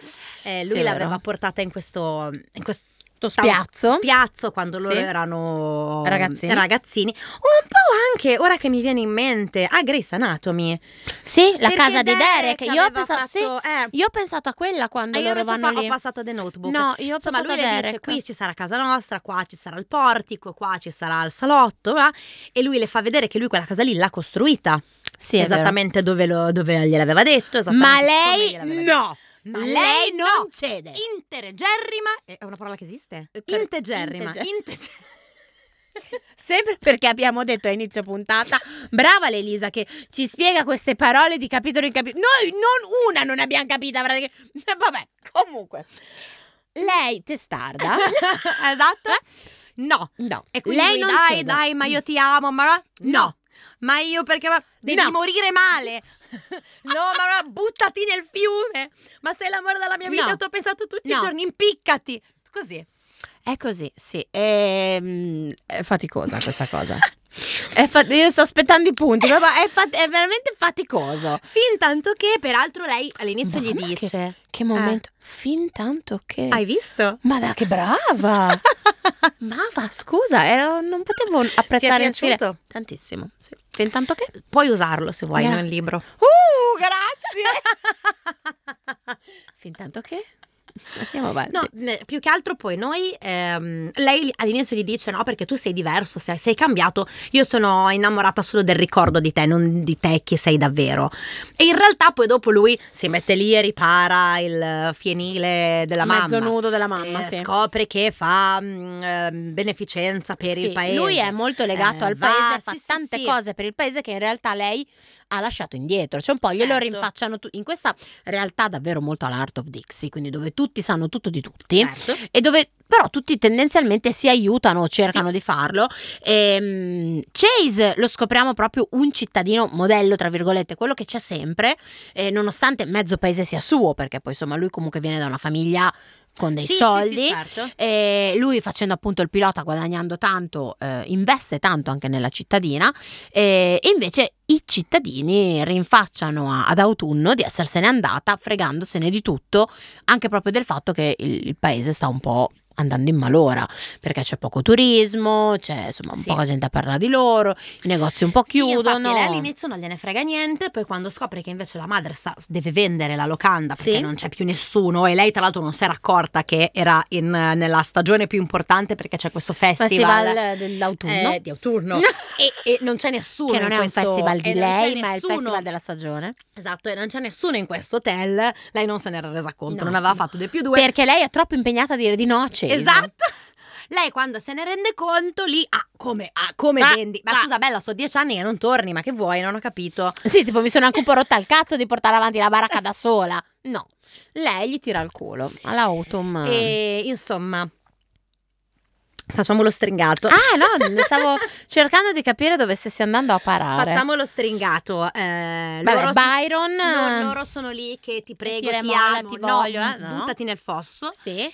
Speaker 2: Eh, lui l'aveva portata in questo, in questo
Speaker 1: spiazzo.
Speaker 2: spiazzo quando loro
Speaker 1: Sì.
Speaker 2: erano
Speaker 1: Ragazzini.
Speaker 2: ragazzini. Un po' anche, ora che mi viene in mente, a Grey's Anatomy.
Speaker 1: Sì, la
Speaker 2: Perché
Speaker 1: casa di Derek. Io ho,
Speaker 2: aveva
Speaker 1: pensato,
Speaker 2: fatto-
Speaker 1: sì,
Speaker 2: eh,
Speaker 1: io ho pensato a quella quando
Speaker 2: e io
Speaker 1: loro
Speaker 2: invece
Speaker 1: vanno
Speaker 2: pa- ho
Speaker 1: lì.
Speaker 2: passato a The Notebook.
Speaker 1: No, io ho
Speaker 2: Insomma,
Speaker 1: pensato
Speaker 2: lui
Speaker 1: a
Speaker 2: le
Speaker 1: Derek.
Speaker 2: dice qui ci sarà casa nostra, qua ci sarà il portico, qua ci sarà il salotto, va?" e lui le fa vedere che lui quella casa lì l'ha costruita
Speaker 1: Sì, è vero.
Speaker 2: esattamente dove, lo- dove gliel'aveva detto.
Speaker 1: Ma
Speaker 2: esattamente come gliel'aveva
Speaker 1: lei
Speaker 2: detto.
Speaker 1: no. Ma lei non cede.
Speaker 2: Integerrima. Eh. È una parola che esiste?
Speaker 1: Per-
Speaker 2: Integerrima.
Speaker 1: integer-
Speaker 2: Eh, cioè, Integer-
Speaker 1: Sempre perché abbiamo detto a inizio puntata, brava l'Elisa che ci spiega queste parole di capitolo in capitolo. Noi non una non abbiamo capita, praticamente. Vabbè, comunque. Lei testarda.
Speaker 2: esatto. No.
Speaker 1: No,
Speaker 2: E quindi
Speaker 1: lei
Speaker 2: lui,
Speaker 1: non
Speaker 2: dai,
Speaker 1: cede.
Speaker 2: dai, ma io ti amo, ma no. Ma io perché ma- devi
Speaker 1: No.
Speaker 2: morire male. no, ma ora buttati nel fiume. Ma sei l'amore della mia vita,
Speaker 1: No.
Speaker 2: ti ho pensato tutti i
Speaker 1: No.
Speaker 2: giorni, impiccati. Così.
Speaker 1: È così, sì. Ehm, È faticosa questa cosa. È fa- io sto aspettando i punti, ma è, fat- è veramente faticoso.
Speaker 2: Fin tanto che, peraltro, lei all'inizio gli
Speaker 1: Mamma,
Speaker 2: dice:
Speaker 1: Che momento. Fin tanto che...
Speaker 2: Hai visto?
Speaker 1: Ma da che brava! Ma va, scusa, ero- non potevo apprezzare il silenzio.
Speaker 2: piaciuto?
Speaker 1: Tantissimo, sì. Fin tanto che...
Speaker 2: Puoi usarlo se vuoi
Speaker 1: Grazie.
Speaker 2: nel libro.
Speaker 1: Uh,
Speaker 2: eh.
Speaker 1: fin tanto che... Andiamo avanti.
Speaker 2: No, ne- più che altro poi noi, ehm, lei li- all'inizio gli dice no perché tu sei diverso, sei, sei cambiato, io sono innamorata solo del ricordo di te, non di te chi sei davvero. E in realtà poi dopo lui si mette lì e ripara il eh, fienile della
Speaker 1: Mezzo
Speaker 2: mamma.
Speaker 1: nudo della mamma,
Speaker 2: Eh,
Speaker 1: sì.
Speaker 2: Scopre che fa mm, ehm, beneficenza per
Speaker 1: Sì,
Speaker 2: il paese.
Speaker 1: Lui è molto legato
Speaker 2: Eh,
Speaker 1: al
Speaker 2: va,
Speaker 1: paese, fa
Speaker 2: sì, sì,
Speaker 1: tante
Speaker 2: sì.
Speaker 1: cose per il paese che in realtà lei ha lasciato indietro. Cioè, un po' glielo
Speaker 2: Certo.
Speaker 1: rinfacciano tu- in questa realtà davvero molto all'art of Dixie, quindi dove tutti sanno tutto di tutti.
Speaker 2: Certo.
Speaker 1: E dove però tutti tendenzialmente si aiutano, cercano di farlo. Ehm, Chase lo scopriamo proprio un cittadino modello, tra virgolette, quello che c'è sempre, eh, nonostante mezzo paese sia suo, perché poi insomma lui comunque viene da una famiglia con dei
Speaker 2: Sì, sì, sì,
Speaker 1: soldi.
Speaker 2: certo.
Speaker 1: E lui facendo appunto il pilota, guadagnando tanto, eh, investe tanto anche nella cittadina eh, e invece i cittadini rinfacciano a- ad autunno di essersene andata fregandosene di tutto, anche proprio del fatto che il, il paese sta un po' andando in malora, perché c'è poco turismo, c'è insomma un
Speaker 2: Sì.
Speaker 1: poca gente a parlare di loro, i negozi un po' chiudono.
Speaker 2: Sì, infatti, lei all'inizio non gliene frega niente, poi quando scopre che invece la madre sa- deve vendere la locanda perché
Speaker 1: Sì.
Speaker 2: non c'è più nessuno e lei tra l'altro non si era accorta che era in, eh, nella stagione più importante perché c'è questo festival,
Speaker 1: Festival dell'autunno.
Speaker 2: eh, di autunno e, e non c'è nessuno
Speaker 1: che non
Speaker 2: in
Speaker 1: è
Speaker 2: questo-
Speaker 1: un festival di
Speaker 2: e non c'è
Speaker 1: lei, ma è il
Speaker 2: nessuno-
Speaker 1: festival della stagione.
Speaker 2: Esatto, e non c'è nessuno in questo hotel, lei non se n'era resa conto,
Speaker 1: No.
Speaker 2: non aveva fatto dei più due.
Speaker 1: Perché lei è troppo impegnata a dire di no a Chase.
Speaker 2: Esatto. Lei quando se ne rende conto lì, ah, come, ah, come
Speaker 1: Ah,
Speaker 2: vendi? Ma
Speaker 1: ah.
Speaker 2: scusa, bella, so dieci anni che non torni, ma che vuoi? Non ho capito.
Speaker 1: Sì, tipo mi sono anche un po' rotta il cazzo di portare avanti la baracca da sola. No, lei gli tira il culo alla
Speaker 2: Ah.
Speaker 1: autumn.
Speaker 2: E insomma, facciamolo stringato.
Speaker 1: Ah no, ne stavo cercando di capire dove stessi andando a parare.
Speaker 2: Facciamolo stringato. eh,
Speaker 1: Vabbè, Mm.
Speaker 2: loro-
Speaker 1: Byron...
Speaker 2: no, loro sono lì che ti prego, ti,
Speaker 1: remolla,
Speaker 2: amo,
Speaker 1: ti
Speaker 2: no,
Speaker 1: voglio, eh, no.
Speaker 2: buttati nel fosso.
Speaker 1: Sì.
Speaker 2: Eh,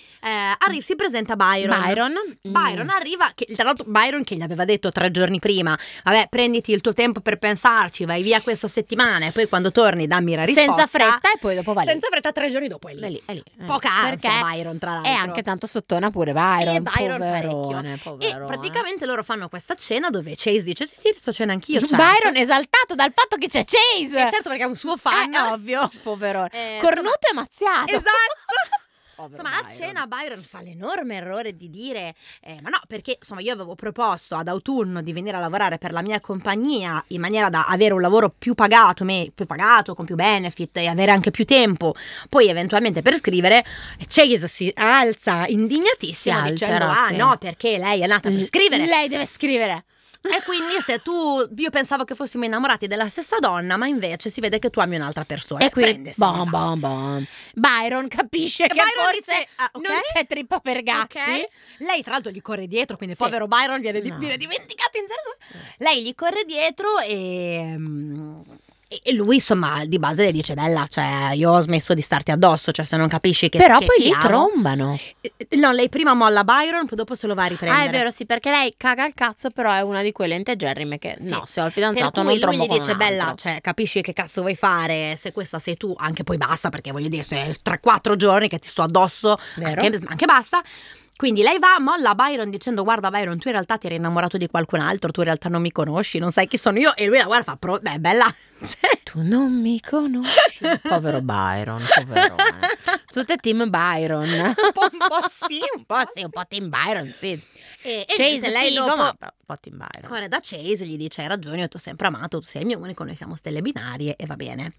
Speaker 2: arri- si presenta Byron.
Speaker 1: Byron. Mm.
Speaker 2: Byron arriva, che, tra l'altro Byron che gli aveva detto tre giorni prima, vabbè prenditi il tuo tempo per pensarci, vai via questa settimana e poi quando torni dammi la risposta.
Speaker 1: Senza fretta e poi dopo va lì.
Speaker 2: Senza fretta tre giorni dopo è lì.
Speaker 1: È Mm. lì, è lì, è lì.
Speaker 2: Poca ansia
Speaker 1: Perché
Speaker 2: Byron tra l'altro.
Speaker 1: è anche tanto sottona pure Byron.
Speaker 2: E Byron
Speaker 1: poverone,
Speaker 2: E
Speaker 1: poverone.
Speaker 2: praticamente loro fanno questa cena dove Chase dice sì sì sto cena anch'io. certo."
Speaker 1: Byron esaltato dal fatto che c'è Chase.
Speaker 2: Eh, certo perché è un suo fan.
Speaker 1: Eh, ovvio, poverone.
Speaker 2: Eh,
Speaker 1: Cornuto e mazziato.
Speaker 2: Esatto.
Speaker 1: Povero
Speaker 2: Insomma, a
Speaker 1: Byron.
Speaker 2: cena Byron fa l'enorme errore di dire: eh, Ma no, perché insomma, io avevo proposto ad autunno di venire a lavorare per la mia compagnia in maniera da avere un lavoro più pagato, me- più pagato, con più benefit e avere anche più tempo. Poi, eventualmente, per scrivere, Chase si alza indignatissimo
Speaker 1: Si
Speaker 2: dicendo:
Speaker 1: altera,
Speaker 2: Ah,
Speaker 1: sì.
Speaker 2: no, perché lei è nata per scrivere.
Speaker 1: Lei deve scrivere.
Speaker 2: e quindi, se tu, io pensavo che fossimo innamorati della stessa donna, ma invece si vede che tu ami un'altra persona.
Speaker 1: E quindi
Speaker 2: Prendesene,
Speaker 1: bom,
Speaker 2: va.
Speaker 1: bom, bom. Byron capisce
Speaker 2: E
Speaker 1: che
Speaker 2: Byron
Speaker 1: forse
Speaker 2: dice, "Ah, ok."
Speaker 1: non c'è trippa per gatti.
Speaker 2: Ok. Lei, tra l'altro, gli corre dietro, quindi il
Speaker 1: Sì.
Speaker 2: povero Byron viene di
Speaker 1: No.
Speaker 2: viene dimenticato in zero. Lei gli corre dietro e. mm, e- E lui, insomma, di base le dice: Bella, cioè, io ho smesso di starti addosso, cioè, se non capisci che.
Speaker 1: Però
Speaker 2: che
Speaker 1: poi
Speaker 2: ti
Speaker 1: li
Speaker 2: amo."
Speaker 1: trombano.
Speaker 2: Eh, No, lei prima molla Byron, poi dopo se lo va a riprendere.
Speaker 1: Ah, è vero, sì, perché lei caga il cazzo, però è una di quelle integerrime che
Speaker 2: Sì.
Speaker 1: no, se ho il
Speaker 2: Per
Speaker 1: fidanzato
Speaker 2: cui
Speaker 1: non
Speaker 2: lui
Speaker 1: trombo
Speaker 2: gli
Speaker 1: con
Speaker 2: dice:
Speaker 1: un
Speaker 2: Bella,
Speaker 1: altro."
Speaker 2: cioè, capisci che cazzo vuoi fare? Se questa sei tu, anche poi basta, perché voglio dire, sono 3-4 giorni che ti sto addosso,
Speaker 1: Vero.
Speaker 2: anche, anche basta. Quindi lei va, molla Byron dicendo: Guarda, Byron, tu in realtà ti eri innamorato di qualcun altro, tu in realtà non mi conosci, non sai chi sono io. E lui la guarda e fa: "Pro- Beh, bella. Cioè,
Speaker 1: Tu non mi conosci. Povero Byron, poverone. Tutto è team Byron.
Speaker 2: un po', un po' sì,
Speaker 1: un po' sì, un po' team Byron, sì.
Speaker 2: E, e niente,
Speaker 1: Chase
Speaker 2: lei
Speaker 1: figo,
Speaker 2: dopo
Speaker 1: ma però un po' team Byron.
Speaker 2: corre da Chase e gli dice: Hai ragione, io ti ho sempre amato, tu sei il mio unico, noi siamo stelle binarie e va bene.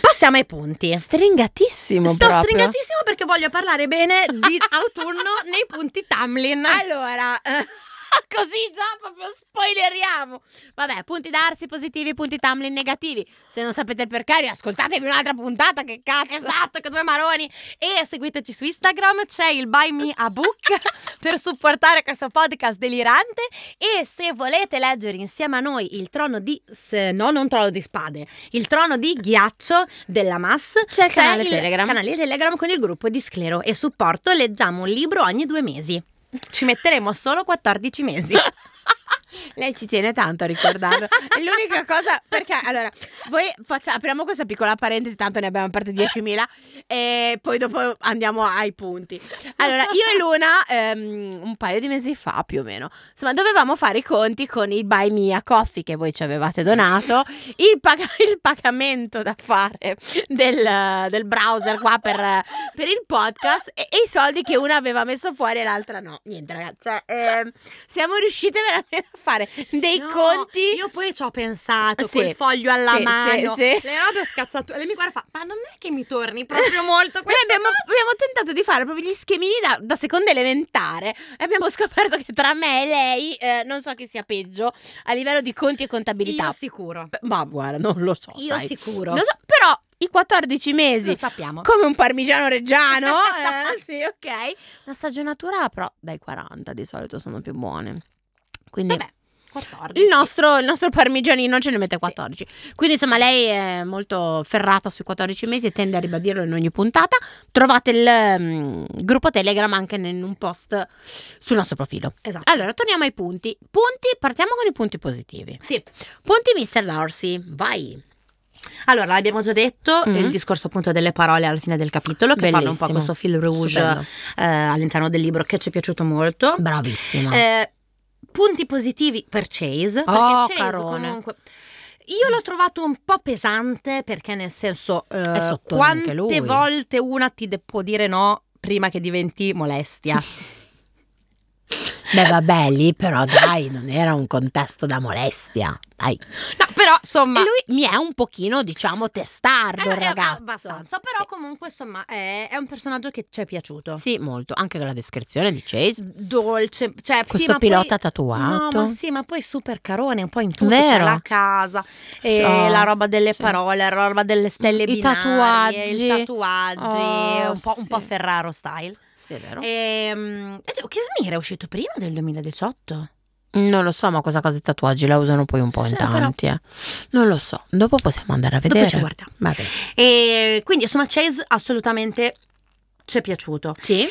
Speaker 2: Passiamo ai punti.
Speaker 1: Stringatissimo
Speaker 2: Sto
Speaker 1: proprio.
Speaker 2: stringatissimo perché voglio parlare bene di autunno nei punti Tamlin.
Speaker 1: Allora, eh, così già proprio spoileriamo. Vabbè, punti darsi positivi, punti Tamlin negativi. Se non sapete il perché, ascoltatevi un'altra puntata, che cazzo.
Speaker 2: Esatto, con due maroni. E seguiteci su Instagram, c'è il Buy Me a Book per supportare questo podcast delirante. E se volete leggere insieme a noi il trono di. se- no, non trono di spade, il trono di ghiaccio della Mas.
Speaker 1: C'è il canale Telegram.
Speaker 2: canale Telegram con il gruppo di sclero e supporto. Leggiamo un libro ogni due mesi. Ci metteremo solo 14 mesi.
Speaker 1: Lei ci tiene tanto a ricordarlo. È l'unica cosa, perché allora, voi faccia- apriamo questa piccola parentesi, tanto ne abbiamo aperte 10.000 e poi dopo andiamo ai punti. Allora, io e Luna ehm, un paio di mesi fa più o meno, insomma, dovevamo fare i conti con il Buy Me a Coffee che voi ci avevate donato, il, pag- il pagamento da fare del, del browser qua per, per il podcast e, e i soldi che una aveva messo fuori e l'altra no. Niente ragazzi, cioè, ehm, siamo riuscite veramente a fare dei
Speaker 2: No,
Speaker 1: conti.
Speaker 2: Io poi ci ho pensato
Speaker 1: Sì.
Speaker 2: col foglio alla
Speaker 1: Sì,
Speaker 2: mano.
Speaker 1: sì, sì.
Speaker 2: Le robe scazzature. Lei mi guarda e fa: Ma non è che mi torni proprio molto
Speaker 1: Noi
Speaker 2: questa
Speaker 1: abbiamo,
Speaker 2: cosa?"
Speaker 1: abbiamo tentato di fare proprio gli schemini da, da seconda elementare e abbiamo scoperto che tra me e lei eh, non so chi sia peggio a livello di conti e contabilità.
Speaker 2: Io sicuro.
Speaker 1: Ma guarda, non lo so.
Speaker 2: Io
Speaker 1: sai.
Speaker 2: sicuro.
Speaker 1: Lo so, però i 14 mesi
Speaker 2: Lo sappiamo.
Speaker 1: come un parmigiano reggiano. eh, sì, ok. Una stagionatura però dai 40 di solito sono più buone. Quindi
Speaker 2: Vabbè, 14.
Speaker 1: il nostro, il nostro parmigianino ce ne mette 14. Quindi insomma lei è molto ferrata sui 14 mesi e tende a ribadirlo in ogni puntata. Trovate il mm, gruppo Telegram anche in un post sul nostro profilo.
Speaker 2: Esatto.
Speaker 1: Allora, torniamo ai punti. Punti, partiamo con i punti positivi.
Speaker 2: Sì.
Speaker 1: Punti Mr. Darcy, vai.
Speaker 2: Allora, l'abbiamo già detto,
Speaker 1: Mm.
Speaker 2: il discorso appunto delle parole alla fine del capitolo, che fanno un po'
Speaker 1: Bellissimo.
Speaker 2: questo fil rouge
Speaker 1: Stupendo.
Speaker 2: eh, all'interno del libro che ci è piaciuto molto.
Speaker 1: Bravissima.
Speaker 2: Eh, punti positivi per Chase.
Speaker 1: Oh,
Speaker 2: perché Chase
Speaker 1: carone.
Speaker 2: comunque. Io l'ho trovato un po' pesante perché nel senso eh,
Speaker 1: sottone anche
Speaker 2: quante
Speaker 1: lui.
Speaker 2: volte una ti de- può dire no prima che diventi molestia.
Speaker 1: Beh, vabbè, lì però dai, non era un contesto da molestia. Dai.
Speaker 2: No, però insomma
Speaker 1: E lui mi è un pochino, diciamo, testardo,
Speaker 2: eh,
Speaker 1: il
Speaker 2: è
Speaker 1: ragazzo.
Speaker 2: abbastanza, però comunque insomma è, è un personaggio che ci è piaciuto.
Speaker 1: Sì, molto. Anche con la descrizione di Chase.
Speaker 2: Dolce, cioè sì,
Speaker 1: Questo
Speaker 2: ma
Speaker 1: pilota
Speaker 2: poi-
Speaker 1: tatuato.
Speaker 2: No, ma sì, ma poi super carone, un po' in tutto,
Speaker 1: Vero.
Speaker 2: c'è la casa, e
Speaker 1: Oh,
Speaker 2: la roba delle
Speaker 1: sì.
Speaker 2: parole, la roba delle stelle
Speaker 1: I
Speaker 2: binarie,
Speaker 1: tatuaggi.
Speaker 2: i tatuaggi,
Speaker 1: Oh,
Speaker 2: un, po', un
Speaker 1: sì.
Speaker 2: po' Ferraro style.
Speaker 1: Sì, è vero.
Speaker 2: Ehm, E, Cashmere è uscito prima del 2018?
Speaker 1: Non lo so, ma questa cosa dei tatuaggi la usano poi un po' in
Speaker 2: Sì, però-
Speaker 1: tanti. eh. Non lo so. Dopo possiamo andare a
Speaker 2: Dopo ci
Speaker 1: vedere.
Speaker 2: guardiamo.
Speaker 1: Va bene.
Speaker 2: E quindi insomma Chase assolutamente ci è piaciuto.
Speaker 1: Sì.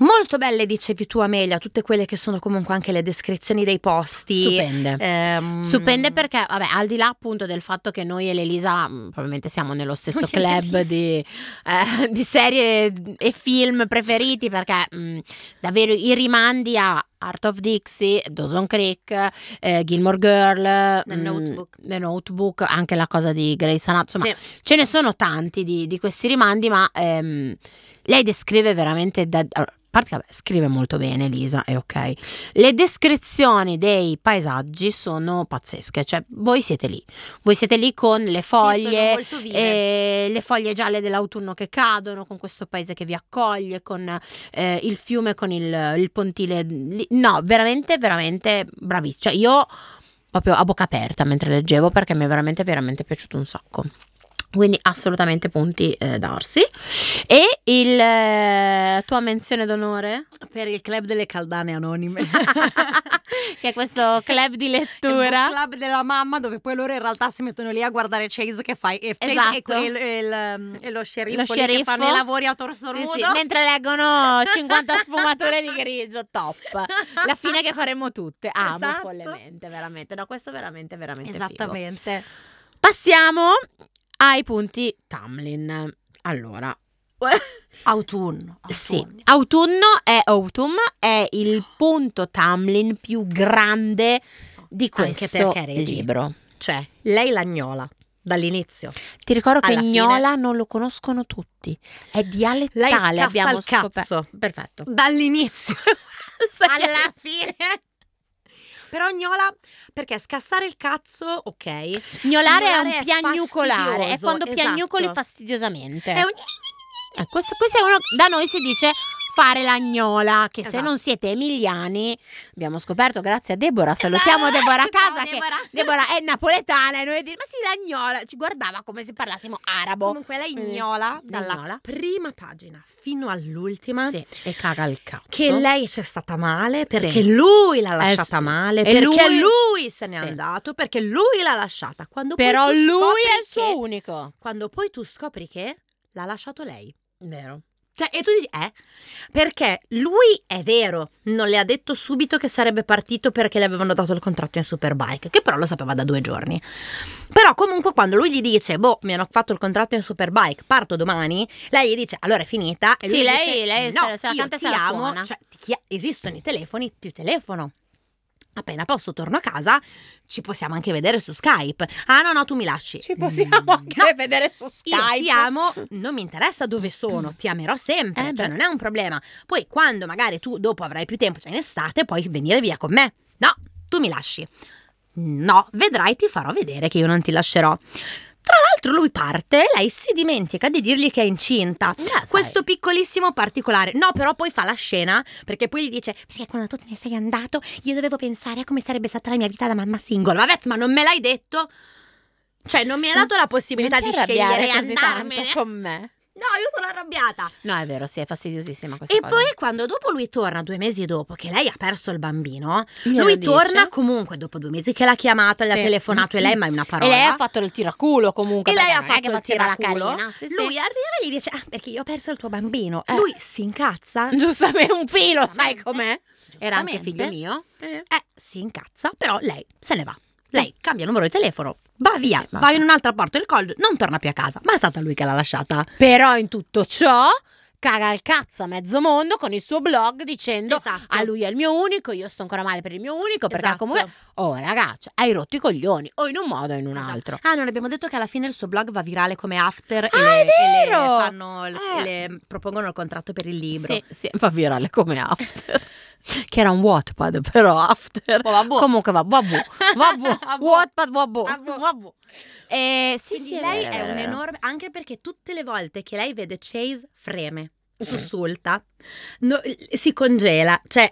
Speaker 2: Molto belle dicevi tu Amelia, tutte quelle che sono comunque anche le descrizioni dei posti.
Speaker 1: Stupende.
Speaker 2: Ehm,
Speaker 1: Stupende perché, vabbè, al di là appunto del fatto che noi e l'Elisa mh, probabilmente siamo nello stesso
Speaker 2: Noi e l'Elisa.
Speaker 1: club di, eh, di serie e film preferiti perché mh, davvero i rimandi a Art of Dixie, Dawson Creek, eh, Gilmore Girl,
Speaker 2: The
Speaker 1: mh,
Speaker 2: Notebook.
Speaker 1: The Notebook, anche la cosa di Grace Anatomy, insomma
Speaker 2: Sì.
Speaker 1: ce ne sono tanti di, di questi rimandi ma ehm, lei descrive veramente da... allora, a parte che, vabbè, scrive molto bene Elisa, è ok. Le descrizioni dei paesaggi sono pazzesche, cioè voi siete lì, voi siete lì con le
Speaker 2: Sì, sono
Speaker 1: foglie,
Speaker 2: molto vive.
Speaker 1: eh, le foglie gialle dell'autunno che cadono, con questo paese che vi accoglie, con eh, il fiume, con il, il pontile, lì. no, veramente, veramente bravissimo, cioè io proprio a bocca aperta mentre leggevo perché mi è veramente, veramente piaciuto un sacco. Quindi assolutamente punti eh, darsi. E il eh, tua menzione d'onore?
Speaker 2: Per il club delle caldane anonime.
Speaker 1: che è questo club di
Speaker 2: Il
Speaker 1: lettura.
Speaker 2: club della mamma dove poi loro in realtà si mettono lì a guardare Chase che fa e, Chase
Speaker 1: Esatto.
Speaker 2: e quel- e il- ehm, e lo sceriffo,
Speaker 1: Lo
Speaker 2: lì
Speaker 1: sceriffo
Speaker 2: che fanno i lavori a torso
Speaker 1: Sì,
Speaker 2: nudo.
Speaker 1: sì, mentre leggono 50 sfumature di grigio, top. La fine che faremo tutte. Amo
Speaker 2: Esatto.
Speaker 1: follemente, veramente. No, questo veramente, veramente figo.
Speaker 2: Esattamente.
Speaker 1: Passiamo ai punti Tamlin. Allora,
Speaker 2: Autunno.
Speaker 1: Sì,
Speaker 2: autunno.
Speaker 1: autunno è autumn, è il punto Tamlin più grande di questo
Speaker 2: Anche perché Regi.
Speaker 1: libro.
Speaker 2: Cioè, lei l'agnola dall'inizio.
Speaker 1: Ti ricordo che
Speaker 2: Alla fine-
Speaker 1: Gnola non lo conoscono tutti, è
Speaker 2: Lei
Speaker 1: dialettale,
Speaker 2: scassa
Speaker 1: abbiamo
Speaker 2: il cazzo.
Speaker 1: scoperto. Perfetto.
Speaker 2: Dall'inizio.
Speaker 1: Stai-
Speaker 2: Alla fine. Però gnola, perché scassare il cazzo, ok.
Speaker 1: Cioè Gnolare è
Speaker 2: Gnolare
Speaker 1: un
Speaker 2: è
Speaker 1: piagnucolare, è
Speaker 2: fastidioso,
Speaker 1: quando piagnucoli
Speaker 2: esatto.
Speaker 1: fastidiosamente.
Speaker 2: È un...
Speaker 1: Eh, questo, questo è uno, da noi si dice fare la gnola, che se
Speaker 2: Esatto.
Speaker 1: non siete emiliani, abbiamo scoperto grazie a Deborah, salutiamo Deborah a
Speaker 2: Ciao,
Speaker 1: casa, che
Speaker 2: Esatto, Deborah.
Speaker 1: Deborah è napoletana e noi dire, ma sì la gnola, ci guardava come se parlassimo arabo.
Speaker 2: Comunque lei gnola dalla
Speaker 1: Gnola.
Speaker 2: prima pagina fino all'ultima.
Speaker 1: Sì, e caga il cazzo.
Speaker 2: Che lei c'è stata male perché
Speaker 1: Sì.
Speaker 2: lui l'ha
Speaker 1: Eh,
Speaker 2: lasciata
Speaker 1: sì.
Speaker 2: male,
Speaker 1: E
Speaker 2: perché
Speaker 1: lui-
Speaker 2: lui, se n'è
Speaker 1: Sì.
Speaker 2: andato, perché lui l'ha lasciata. Quando poi
Speaker 1: Però
Speaker 2: tu
Speaker 1: lui
Speaker 2: scopri
Speaker 1: è il suo
Speaker 2: che-
Speaker 1: unico.
Speaker 2: Quando poi tu scopri che l'ha lasciato lei.
Speaker 1: Vero.
Speaker 2: Cioè, e tu dici, eh? Perché lui è vero, non le ha detto subito che sarebbe partito perché le avevano dato il contratto in Superbike, che però lo sapeva da due giorni. Però comunque quando lui gli dice, boh, mi hanno fatto il contratto in Superbike, parto domani, lei gli dice, allora è finita. E lui
Speaker 1: Sì,
Speaker 2: gli
Speaker 1: lei-
Speaker 2: dice,
Speaker 1: lei
Speaker 2: no,
Speaker 1: se- se la
Speaker 2: io
Speaker 1: canta e
Speaker 2: ti
Speaker 1: se la
Speaker 2: amo,
Speaker 1: suona.
Speaker 2: cioè, ti chi- esistono i telefoni, ti telefono. Appena posso torno a casa, ci possiamo anche vedere su Skype. Ah no, no, tu mi lasci.
Speaker 1: Ci possiamo
Speaker 2: Mm,
Speaker 1: anche
Speaker 2: no,
Speaker 1: vedere su
Speaker 2: io
Speaker 1: Skype.
Speaker 2: ti amo, non mi interessa dove sono, ti amerò sempre,
Speaker 1: Eh,
Speaker 2: cioè
Speaker 1: beh.
Speaker 2: non è un problema. Poi quando magari tu dopo avrai più tempo, cioè in estate, puoi venire via con me. No, tu mi lasci. No, vedrai, ti farò vedere che io non ti lascerò. Tra l'altro lui parte e lei si dimentica di dirgli che è incinta.
Speaker 1: Ah,
Speaker 2: Questo piccolissimo particolare. No, però poi fa la scena perché poi gli dice: Perché quando tu te ne sei andato, io dovevo pensare a come sarebbe stata la mia vita da mamma single. Vabbè, ma non me l'hai detto. Cioè, non mi hai dato la possibilità
Speaker 1: Non ti
Speaker 2: di
Speaker 1: arrabbiare
Speaker 2: scegliere e
Speaker 1: così tanto
Speaker 2: andarmene.
Speaker 1: con me.
Speaker 2: No, io sono arrabbiata.
Speaker 1: No, è vero, sì, è fastidiosissima questa
Speaker 2: E
Speaker 1: cosa.
Speaker 2: poi quando dopo lui torna, due mesi dopo che lei ha perso il bambino,
Speaker 1: Glielo
Speaker 2: lui
Speaker 1: dice.
Speaker 2: torna comunque dopo due mesi che l'ha chiamata, gli
Speaker 1: Sì.
Speaker 2: ha telefonato e lei mai una parola.
Speaker 1: E lei ha fatto il tiraculo comunque.
Speaker 2: E lei
Speaker 1: perché
Speaker 2: ha
Speaker 1: non è
Speaker 2: fatto
Speaker 1: che
Speaker 2: il
Speaker 1: faceva la
Speaker 2: tiraculo.
Speaker 1: carina. Sì, sì.
Speaker 2: Lui arriva e gli dice, ah perché io ho perso il tuo bambino.
Speaker 1: Eh.
Speaker 2: Lui si incazza.
Speaker 1: Giustamente un filo, sai
Speaker 2: Giustamente.
Speaker 1: com'è? Era anche
Speaker 2: Giustamente.
Speaker 1: figlio mio.
Speaker 2: Eh, si incazza, però lei se ne va. Lei cambia numero di telefono, va
Speaker 1: Sì,
Speaker 2: via,
Speaker 1: sì,
Speaker 2: va
Speaker 1: vabbè.
Speaker 2: in un'altra parte del collo, non torna più a casa. Ma è stata lui che l'ha lasciata.
Speaker 1: Però in tutto ciò caga il cazzo a mezzo mondo con il suo blog dicendo
Speaker 2: Esatto.
Speaker 1: a lui è il mio unico, io sto ancora male per il mio unico perché
Speaker 2: Esatto.
Speaker 1: comunque oh ragazzi, hai rotto i coglioni o in un modo o in un altro.
Speaker 2: Ah, non abbiamo detto che alla fine il suo blog va virale come after e,
Speaker 1: Ah,
Speaker 2: le,
Speaker 1: è
Speaker 2: e le
Speaker 1: vero!
Speaker 2: fanno-
Speaker 1: Eh.
Speaker 2: e le propongono il contratto per il libro.
Speaker 1: Sì, sì, va virale come after. che era un Wattpad però after.
Speaker 2: Oh, vabbè.
Speaker 1: Comunque va vabbù, vabbù,
Speaker 2: Vabbù.
Speaker 1: Wattpad vabbù,
Speaker 2: Vabbù.
Speaker 1: vabbù. Eh, sì,
Speaker 2: Quindi
Speaker 1: sì,
Speaker 2: lei
Speaker 1: vero,
Speaker 2: è
Speaker 1: vero,
Speaker 2: un
Speaker 1: vero.
Speaker 2: enorme anche perché tutte le volte che lei vede Chase freme, sussulta, no- si congela, cioè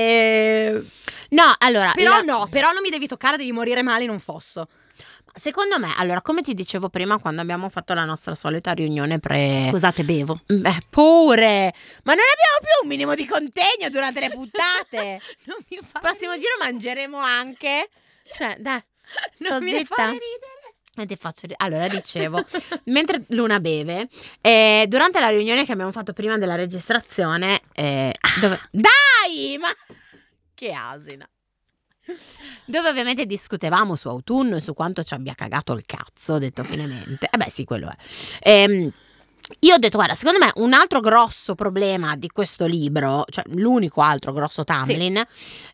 Speaker 2: eh,
Speaker 1: No, allora,
Speaker 2: però
Speaker 1: Ah, la-
Speaker 2: no, però non mi devi toccare, devi morire male in un fosso.
Speaker 1: Secondo me, allora, come ti dicevo prima quando abbiamo fatto la nostra solita riunione pre...
Speaker 2: Scusate, bevo.
Speaker 1: Beh, pure! Ma non abbiamo più un minimo di contegno durante le puntate!
Speaker 2: non mi fa
Speaker 1: Il prossimo giro mangeremo anche... Cioè, dai,
Speaker 2: non
Speaker 1: sto
Speaker 2: mi
Speaker 1: zitta.
Speaker 2: fa ridere.
Speaker 1: e ti faccio... ri- Allora, dicevo, mentre Luna beve, eh, durante la riunione che abbiamo fatto prima della registrazione... eh, dove... Dai! Ma... Che asina! Dove ovviamente discutevamo su autunno e su quanto ci abbia cagato il cazzo, detto finemente. Eh beh, sì, quello è. Ehm, io ho detto, guarda, secondo me un altro grosso problema di questo libro, cioè l'unico altro grosso Tamlin,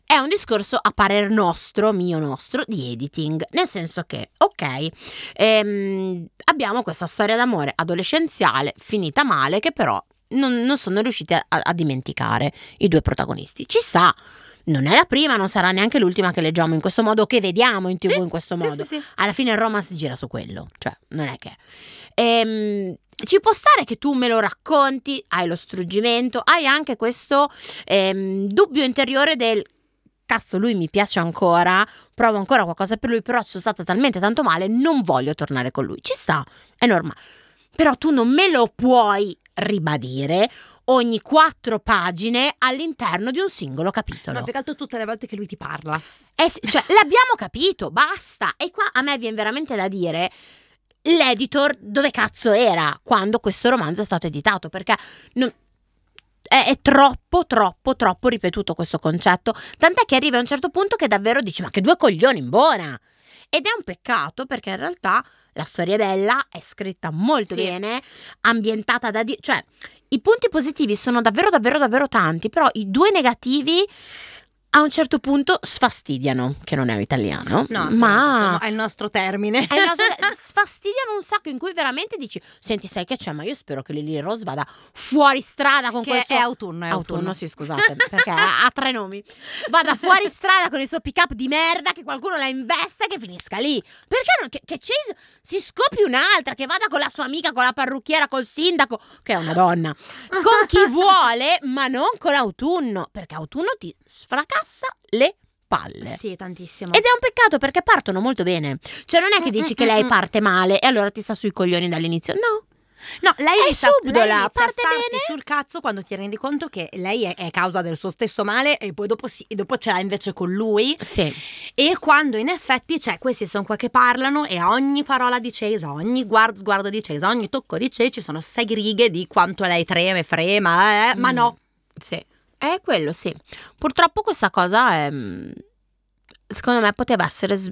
Speaker 1: è un discorso a parer nostro, mio nostro, di editing. Nel senso che, ok, ehm, abbiamo questa storia d'amore adolescenziale finita male che però non, non sono riusciti a- a dimenticare i due protagonisti. Ci sta, non è la prima, non sarà neanche l'ultima che leggiamo in questo modo, o che vediamo in tv
Speaker 2: Sì,
Speaker 1: in questo
Speaker 2: Sì,
Speaker 1: modo.
Speaker 2: sì, sì.
Speaker 1: Alla fine il Roma si gira su quello, cioè non è che... Ehm, ci può stare che tu me lo racconti, hai lo struggimento, hai anche questo ehm, dubbio interiore del cazzo lui mi piace ancora, provo ancora qualcosa per lui, però ci sono stata talmente tanto male, non voglio tornare con lui. Ci sta, è normale. Però tu non me lo puoi ribadire ogni quattro pagine all'interno di un singolo capitolo.
Speaker 2: No, più che altro tutte le volte che lui ti parla.
Speaker 1: Eh sì, cioè, l'abbiamo capito, basta. E qua a me viene veramente da dire l'editor dove cazzo era quando questo romanzo è stato editato, perché non- è, è troppo, troppo, troppo ripetuto questo concetto, tant'è che arriva a un certo punto che davvero dici, ma che due coglioni in buona! Ed è un peccato perché in realtà la storia è bella, è scritta molto
Speaker 2: Sì.
Speaker 1: bene, ambientata da... Di- cioè, i punti positivi sono davvero, davvero, davvero tanti, però i due negativi a un certo punto sfastidiano, che non è un italiano,
Speaker 2: No,
Speaker 1: ma Eh,
Speaker 2: è il nostro termine.
Speaker 1: è una cosa- sfastidiano un sacco in cui veramente dici, senti sai che c'è, ma io spero che Lily Rose vada fuori strada con
Speaker 2: Che
Speaker 1: quel suo
Speaker 2: è autunno, è autunno.
Speaker 1: autunno, sì, scusate, perché ha, ha tre nomi. Vada fuori strada con il suo pick up di merda, che qualcuno la investa e che finisca lì. Perché non, che, che Chase si scopi un'altra, che vada con la sua amica, con la parrucchiera, col sindaco, che è una donna, con chi vuole, ma non con autunno, perché autunno ti sfracassa le palle.
Speaker 2: Sì, tantissimo.
Speaker 1: Ed è un peccato perché partono molto bene. Cioè, non è che
Speaker 2: Mm,
Speaker 1: dici
Speaker 2: mm,
Speaker 1: che
Speaker 2: mm,
Speaker 1: lei
Speaker 2: mm.
Speaker 1: parte male e allora ti sta sui coglioni dall'inizio. No,
Speaker 2: No, lei
Speaker 1: È
Speaker 2: inizia-
Speaker 1: subdola,
Speaker 2: lei inizia a
Speaker 1: parte
Speaker 2: starti
Speaker 1: bene.
Speaker 2: sul cazzo quando ti rendi conto che lei è, è causa del suo stesso male e poi dopo, si- dopo ce l'ha invece con lui.
Speaker 1: sì.
Speaker 2: E quando in effetti, cioè, questi sono qua che parlano e a ogni parola di Chase, a ogni guardo, sguardo di Chase, a ogni tocco di Chase ci sono sei righe di quanto lei treme, frema, eh, ma
Speaker 1: Mm.
Speaker 2: no.
Speaker 1: Sì, è quello, sì. Purtroppo questa cosa è, mm, secondo me poteva essere s-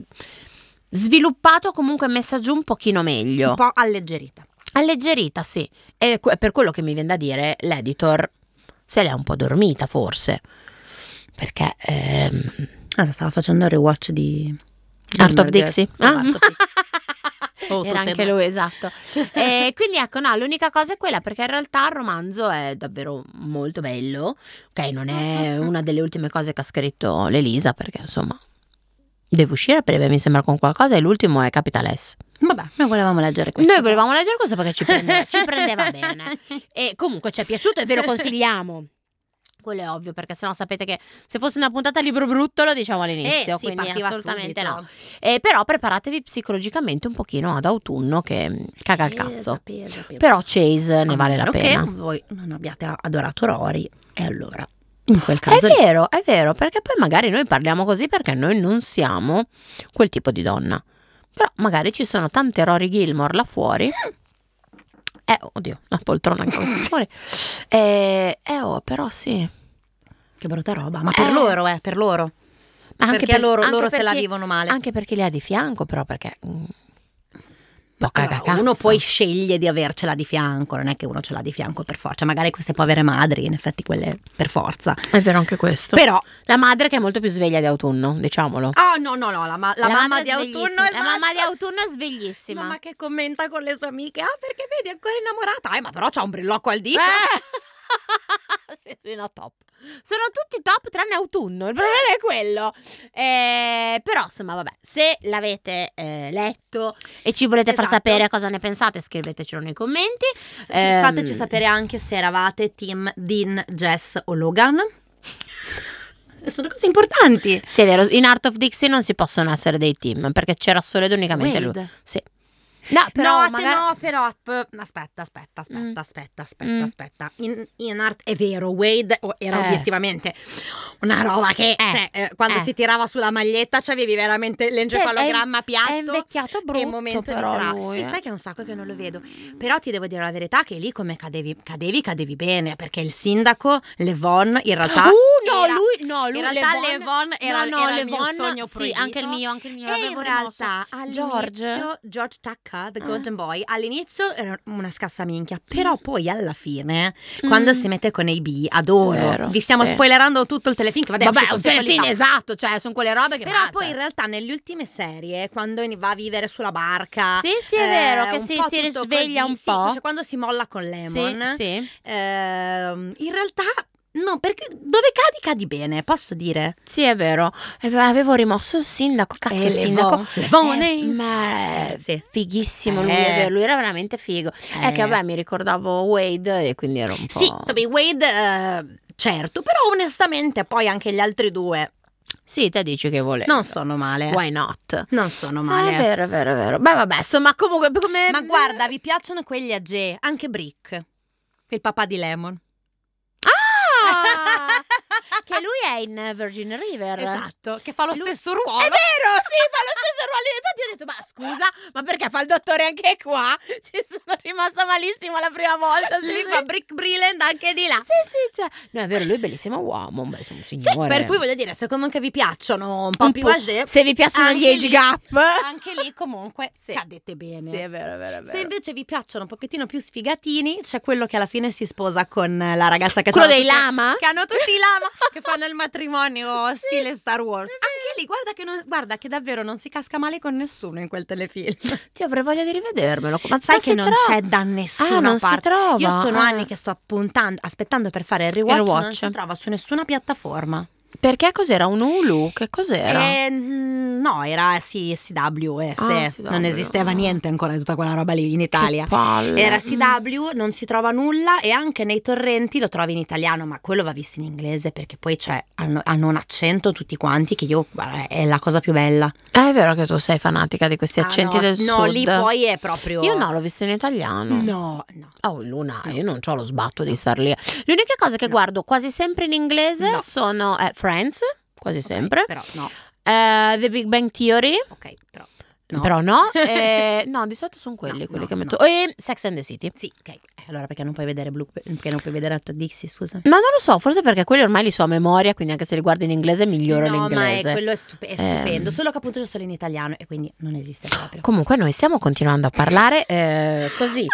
Speaker 1: sviluppata o comunque messa giù un pochino meglio.
Speaker 2: Un po' alleggerita.
Speaker 1: Alleggerita, sì. E que- per quello che mi viene da dire, l'editor se l'è un po' dormita forse. Perché... ehm,
Speaker 2: Ah, stava facendo il rewatch di
Speaker 1: Art of Dixie. Ah.
Speaker 2: Oh, tutte
Speaker 1: Era
Speaker 2: e
Speaker 1: anche
Speaker 2: due.
Speaker 1: lui, esatto. E quindi ecco, no, l'unica cosa è quella, perché in realtà il romanzo è davvero molto bello. Ok, non è una delle ultime cose che ha scritto l'Elisa, perché insomma, devo uscire a breve, mi sembra, con qualcosa, e l'ultimo è Capital S.
Speaker 2: Vabbè, noi volevamo leggere questo.
Speaker 1: Noi volevamo leggere questo perché ci prendeva, ci prendeva bene. E comunque ci è piaciuto e ve lo consigliamo. Quello è ovvio, perché sennò sapete che se fosse una puntata a libro brutto lo diciamo
Speaker 2: Eh,
Speaker 1: all'inizio,
Speaker 2: sì,
Speaker 1: quindi
Speaker 2: partiva
Speaker 1: assolutamente
Speaker 2: subito.
Speaker 1: no. Eh, però preparatevi psicologicamente un pochino ad autunno che mm, caga il
Speaker 2: Pesa,
Speaker 1: cazzo.
Speaker 2: pesa, pesa.
Speaker 1: Però Chase ne
Speaker 2: A
Speaker 1: vale la
Speaker 2: meno
Speaker 1: pena.
Speaker 2: Che voi non abbiate adorato Rory, e allora in quel
Speaker 1: È
Speaker 2: caso. lì-
Speaker 1: vero, è vero, perché poi magari noi parliamo così perché noi non siamo quel tipo di donna. Però magari ci sono tante Rory Gilmore là fuori. Eh, oddio, la poltrona che questa fuori. Eh, eh, oh, però sì.
Speaker 2: Che brutta roba, ma per
Speaker 1: Eh.
Speaker 2: loro, eh, per loro.
Speaker 1: Ma
Speaker 2: Anche perché
Speaker 1: per-
Speaker 2: loro,
Speaker 1: anche
Speaker 2: loro se la
Speaker 1: perché-
Speaker 2: vivono male.
Speaker 1: Anche perché li ha di fianco, però perché... mm, Poca
Speaker 2: Allora,
Speaker 1: cacazzo.
Speaker 2: uno poi sceglie di avercela di fianco, non è che uno ce l'ha di fianco per forza, magari queste povere madri, in effetti quelle per forza.
Speaker 1: È vero anche questo.
Speaker 2: Però
Speaker 1: La madre che è molto più sveglia di autunno, diciamolo.
Speaker 2: Ah, no, no, no, la, ma- la
Speaker 1: madre
Speaker 2: mamma
Speaker 1: è
Speaker 2: di autunno
Speaker 1: sveglissima.
Speaker 2: esatto.
Speaker 1: La mamma di autunno è sveglissima.
Speaker 2: Mamma che commenta con le sue amiche, ah perché vedi è ancora innamorata, eh ma però c'ha un brillocco al dito.
Speaker 1: Eh! sì, sì, no, top. Sono tutti top tranne autunno, il problema è quello. Eh, però, insomma, vabbè, se l'avete eh, letto e ci volete far
Speaker 2: Esatto.
Speaker 1: sapere cosa ne pensate, scrivetecelo nei commenti. Ehm,
Speaker 2: Fateci sapere anche se eravate team Dean, Jess o Logan. Sono cose importanti.
Speaker 1: Sì, è vero, in Art of Dixie non si possono essere dei team, perché c'era solo ed unicamente lui.
Speaker 2: Wade.
Speaker 1: Sì. No, però
Speaker 2: no,
Speaker 1: magari-
Speaker 2: no, però p- aspetta, aspetta, aspetta,
Speaker 1: Mm.
Speaker 2: aspetta, aspetta,
Speaker 1: Mm.
Speaker 2: aspetta. In, in art è vero, Wade o- era
Speaker 1: Eh.
Speaker 2: obiettivamente una roba che
Speaker 1: Eh,
Speaker 2: cioè, eh, quando
Speaker 1: eh.
Speaker 2: si tirava sulla maglietta c'avevi veramente l'encefalogramma piatto.
Speaker 1: È invecchiato brutto
Speaker 2: Che momento
Speaker 1: però
Speaker 2: di tra-
Speaker 1: lui,
Speaker 2: Sì,
Speaker 1: eh.
Speaker 2: sai che è un sacco che non lo vedo. Però ti devo dire la verità che lì come cadevi, cadevi, cadevi bene, perché il sindaco Levon in realtà
Speaker 1: Uh, no,
Speaker 2: era-
Speaker 1: lui, no, lui
Speaker 2: in realtà
Speaker 1: Levon-
Speaker 2: Levon era,
Speaker 1: no, no,
Speaker 2: era il mio
Speaker 1: Levon-
Speaker 2: sogno
Speaker 1: Sì,
Speaker 2: proibito.
Speaker 1: anche il mio, anche il mio.
Speaker 2: E
Speaker 1: l'avevo
Speaker 2: in
Speaker 1: rimosso.
Speaker 2: realtà all'inizio
Speaker 1: George?
Speaker 2: George, Tucker, The
Speaker 1: Ah.
Speaker 2: Golden Boy, all'inizio era una scassa minchia, però poi alla fine, quando
Speaker 1: Mm.
Speaker 2: si mette con AB, adoro.
Speaker 1: Vero,
Speaker 2: Vi stiamo
Speaker 1: sì.
Speaker 2: spoilerando tutto il telefilm che vabbè, è
Speaker 1: Vabbè,
Speaker 2: uscito
Speaker 1: un
Speaker 2: secoli
Speaker 1: telefilm
Speaker 2: fa.
Speaker 1: esatto, cioè sono quelle robe che
Speaker 2: Però
Speaker 1: ma-
Speaker 2: poi in
Speaker 1: cioè-
Speaker 2: realtà nelle ultime serie, quando va a vivere sulla barca,
Speaker 1: Sì, sì, è
Speaker 2: eh,
Speaker 1: vero che
Speaker 2: un
Speaker 1: si,
Speaker 2: po'
Speaker 1: si
Speaker 2: tutto
Speaker 1: risveglia
Speaker 2: così,
Speaker 1: un
Speaker 2: sì,
Speaker 1: po'.
Speaker 2: cioè quando si molla con Lemon,
Speaker 1: Sì, sì.
Speaker 2: ehm, in realtà no, perché dove cadi cadi bene, posso dire.
Speaker 1: Sì, è vero. Eh, Avevo rimosso il sindaco, cazzo,
Speaker 2: Eh,
Speaker 1: il sindaco.
Speaker 2: Levon. Levon
Speaker 1: Eh,
Speaker 2: è-
Speaker 1: ma è
Speaker 2: Scherzi.
Speaker 1: fighissimo lui,
Speaker 2: Eh.
Speaker 1: è vero, lui era veramente figo. È che
Speaker 2: Eh.
Speaker 1: vabbè, mi ricordavo Wade e quindi ero un po'...
Speaker 2: Sì, Toby Wade, eh, certo, però onestamente poi anche gli altri due
Speaker 1: Sì, te dici che volevo.
Speaker 2: non sono male.
Speaker 1: Why not?
Speaker 2: Non sono
Speaker 1: Eh, Ah,
Speaker 2: male.
Speaker 1: è vero, è vero, è vero. Beh, vabbè, insomma, comunque come...
Speaker 2: Ma guarda, vi piacciono quelli a J, anche Brick, il papà di Lemon.
Speaker 1: Ah! che lui è in Virgin River.
Speaker 2: Esatto, che fa lo
Speaker 1: Lui-
Speaker 2: stesso
Speaker 1: È
Speaker 2: ruolo.
Speaker 1: vero, sì, fa lo stesso ruolo. Infatti, io ho detto: Ma scusa, ma perché fa il dottore anche qua? Ci sono rimasta malissimo la prima volta. Sì,
Speaker 2: Lì
Speaker 1: sì.
Speaker 2: fa Brick Brilland anche di là.
Speaker 1: Sì, sì, cioè. No, è vero, lui è bellissimo uomo, ma insomma, un signore.
Speaker 2: Per cui voglio dire, se comunque vi piacciono un po'
Speaker 1: Un
Speaker 2: più
Speaker 1: po'.
Speaker 2: a J,
Speaker 1: se vi piacciono
Speaker 2: Anche
Speaker 1: gli age
Speaker 2: lì-
Speaker 1: gap.
Speaker 2: anche lì comunque
Speaker 1: Sì.
Speaker 2: cadete bene.
Speaker 1: Sì, è vero, è vero, è vero.
Speaker 2: Se invece vi piacciono un pochettino più sfigatini, c'è quello che alla fine si sposa con la ragazza che
Speaker 1: Quello
Speaker 2: c'ha
Speaker 1: dei
Speaker 2: tutte-
Speaker 1: lama?
Speaker 2: Che hanno tutti i lama, che fanno il Oh,
Speaker 1: matrimonio stile Star Wars.
Speaker 2: Anche lì, guarda che, non- guarda che davvero non si casca male con nessuno in quel telefilm.
Speaker 1: Ti avrei voglia di rivedermelo. Ma
Speaker 2: Sai che
Speaker 1: si
Speaker 2: non
Speaker 1: trova.
Speaker 2: c'è da nessuna
Speaker 1: Ah, non si
Speaker 2: parte.
Speaker 1: trova.
Speaker 2: Io sono
Speaker 1: Ah.
Speaker 2: anni che sto appuntando, aspettando per fare il rewatch,
Speaker 1: Il
Speaker 2: non
Speaker 1: rewatch.
Speaker 2: si trova su nessuna piattaforma.
Speaker 1: Perché cos'era? Un Hulu? Che cos'era?
Speaker 2: Eh, mm, no, era sì, SW, eh,
Speaker 1: Ah,
Speaker 2: se-
Speaker 1: SW,
Speaker 2: non esisteva
Speaker 1: ah.
Speaker 2: niente ancora di tutta quella roba lì in Italia.
Speaker 1: Che palle.
Speaker 2: Era
Speaker 1: Mm.
Speaker 2: CW, non si trova nulla e anche nei torrenti lo trovi in italiano, ma quello va visto in inglese perché poi c'è, hanno, hanno un accento tutti quanti che io, guarda, è la cosa più bella.
Speaker 1: Eh, È vero che tu sei fanatica di questi
Speaker 2: Ah,
Speaker 1: accenti
Speaker 2: no,
Speaker 1: del
Speaker 2: no,
Speaker 1: sud.
Speaker 2: lì poi è proprio...
Speaker 1: Io no, l'ho visto in italiano.
Speaker 2: No, no.
Speaker 1: Oh Luna, io non ho lo sbatto di star lì. L'unica cosa che guardo quasi sempre in inglese
Speaker 2: No.
Speaker 1: sono eh, Friends, quasi sempre.
Speaker 2: Però no,
Speaker 1: Eh, The Big Bang Theory,
Speaker 2: ok, però... No.
Speaker 1: però no. Eh, no, di solito sono quelli,
Speaker 2: No,
Speaker 1: quelli
Speaker 2: no,
Speaker 1: che
Speaker 2: no.
Speaker 1: metto. E Sex and the City.
Speaker 2: Sì, ok. Eh, Allora perché non puoi vedere Blue, perché non puoi vedere Alto Dixie, scusa.
Speaker 1: Ma non lo so, forse perché quelli ormai li so a memoria, quindi anche se li guardo in inglese miglioro
Speaker 2: no, ma
Speaker 1: l'inglese.
Speaker 2: è, quello è, stup- è stupendo,
Speaker 1: Ehm.
Speaker 2: solo che appunto c'è solo in italiano e quindi non esiste proprio.
Speaker 1: Comunque noi stiamo continuando a parlare eh, così,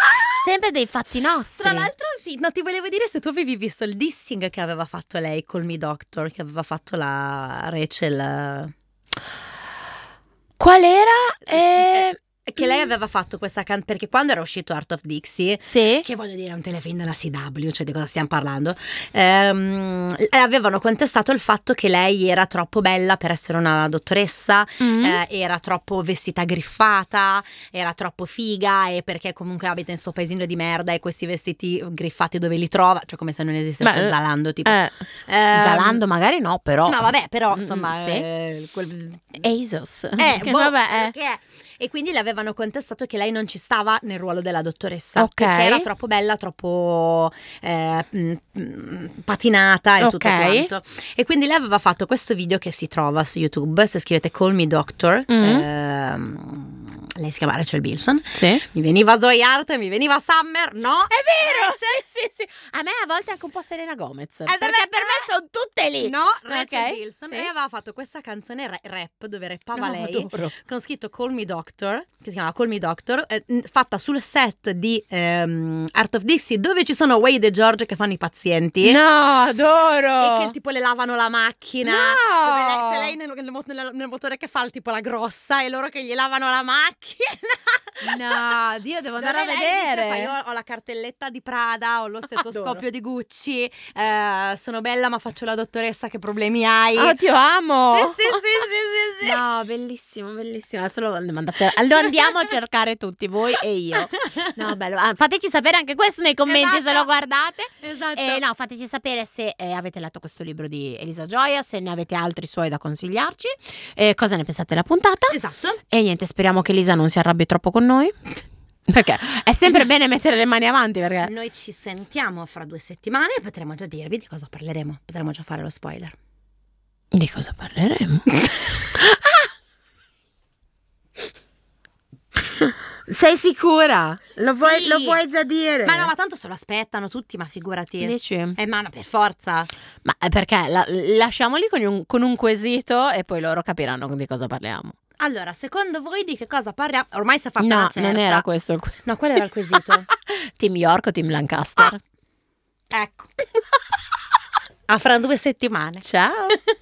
Speaker 1: sempre dei fatti nostri.
Speaker 2: Tra l'altro sì, no, ti volevo dire se tu avevi visto il dissing che aveva fatto lei, Call Me Doctor, che aveva fatto la Rachel...
Speaker 1: Qual era? Eh,
Speaker 2: Che lei aveva fatto questa canzone, perché quando era uscito Art of Dixie,
Speaker 1: sì.
Speaker 2: che voglio dire è un telefilm della CW, cioè di cosa stiamo parlando, ehm, eh, avevano contestato il fatto che lei era troppo bella per essere una dottoressa,
Speaker 1: Mm.
Speaker 2: Eh, era troppo vestita griffata, era troppo figa e perché comunque abita in sto paesino di merda e questi vestiti griffati dove li trova, cioè come se non esistesse
Speaker 1: Beh,
Speaker 2: Zalando tipo.
Speaker 1: Eh,
Speaker 2: Ehm,
Speaker 1: Zalando magari no, però.
Speaker 2: No, vabbè, però
Speaker 1: Mm,
Speaker 2: insomma,
Speaker 1: sì.
Speaker 2: eh, quel-
Speaker 1: Asos.
Speaker 2: eh,
Speaker 1: Che
Speaker 2: boh,
Speaker 1: vabbè, eh.
Speaker 2: quello che è. E quindi le avevano contestato che lei non ci stava nel ruolo della dottoressa
Speaker 1: Ok.
Speaker 2: perché era troppo bella, troppo eh, m- m- patinata e tutto
Speaker 1: Ok.
Speaker 2: quanto. E quindi lei aveva fatto questo video che si trova su YouTube. Se scrivete Call Me Doctor,
Speaker 1: Mm.
Speaker 2: ehm, lei si chiama Rachel Bilson.
Speaker 1: Sì.
Speaker 2: Mi veniva Zoe Hart, mi veniva Summer, no?
Speaker 1: È
Speaker 2: Eh,
Speaker 1: vero, sì, sì, sì. A me a volte anche un po' Serena Gomez. perché
Speaker 2: vabbè,
Speaker 1: per me sono tutte lì.
Speaker 2: No, Rachel
Speaker 1: Ok,
Speaker 2: Bilson.
Speaker 1: sì.
Speaker 2: Lei aveva fatto questa canzone ra- rap dove rappava
Speaker 1: No,
Speaker 2: lei.
Speaker 1: adoro.
Speaker 2: con scritto Call Me Doctor, che si chiama Call Me Doctor, eh, n- fatta sul set di ehm, Art of Dixie, dove ci sono Wade e George che fanno i pazienti.
Speaker 1: No,
Speaker 2: E che
Speaker 1: adoro.
Speaker 2: tipo le lavano la macchina. Dove lei-
Speaker 1: No.
Speaker 2: c'è lei nel, nel mot- nel- nel motore che fa il tipo la grossa e loro che gli lavano la macchina.
Speaker 1: No, Dio, devo andare a
Speaker 2: Dove lei dice,
Speaker 1: vedere.
Speaker 2: "Fai, io ho la cartelletta di Prada, ho lo
Speaker 1: Adoro.
Speaker 2: stetoscopio di Gucci, eh, sono bella ma faccio la dottoressa, che problemi hai?
Speaker 1: Oh, ti amo.
Speaker 2: Sì, sì, sì, sì, sì, sì.
Speaker 1: No, bellissimo, bellissimo. Adesso lo, mandate- lo andiamo a cercare tutti, voi e io. No, bello. Ah, Fateci sapere anche questo nei commenti se
Speaker 2: Esatto.
Speaker 1: lo guardate.
Speaker 2: Esatto.
Speaker 1: E no, fateci sapere se eh, avete letto questo libro di Elisa Gioia, se ne avete altri suoi da consigliarci, eh, cosa ne pensate della puntata.
Speaker 2: Esatto.
Speaker 1: E niente, speriamo che Elisa non si arrabbi troppo con noi. Perché è sempre bene mettere le mani avanti perché
Speaker 2: Noi ci sentiamo fra due settimane e potremo già dirvi di cosa parleremo. Potremo già fare lo spoiler.
Speaker 1: di cosa parleremo? Ah! Sei sicura? Lo
Speaker 2: vuoi- lo vuoi
Speaker 1: già dire?
Speaker 2: Ma no, ma tanto se lo aspettano tutti, ma figurati.
Speaker 1: Dici?
Speaker 2: Eh, ma no, per forza.
Speaker 1: Ma è perché la- lasciamoli con un, con un quesito e poi loro capiranno di cosa parliamo.
Speaker 2: Allora, secondo voi di che cosa parliamo? Ormai si è fatta
Speaker 1: no,
Speaker 2: una certa.
Speaker 1: non era questo il quesito.
Speaker 2: No, quello era il quesito.
Speaker 1: team York o team Lancaster?
Speaker 2: ecco. A Ah, fra due settimane.
Speaker 1: Ciao!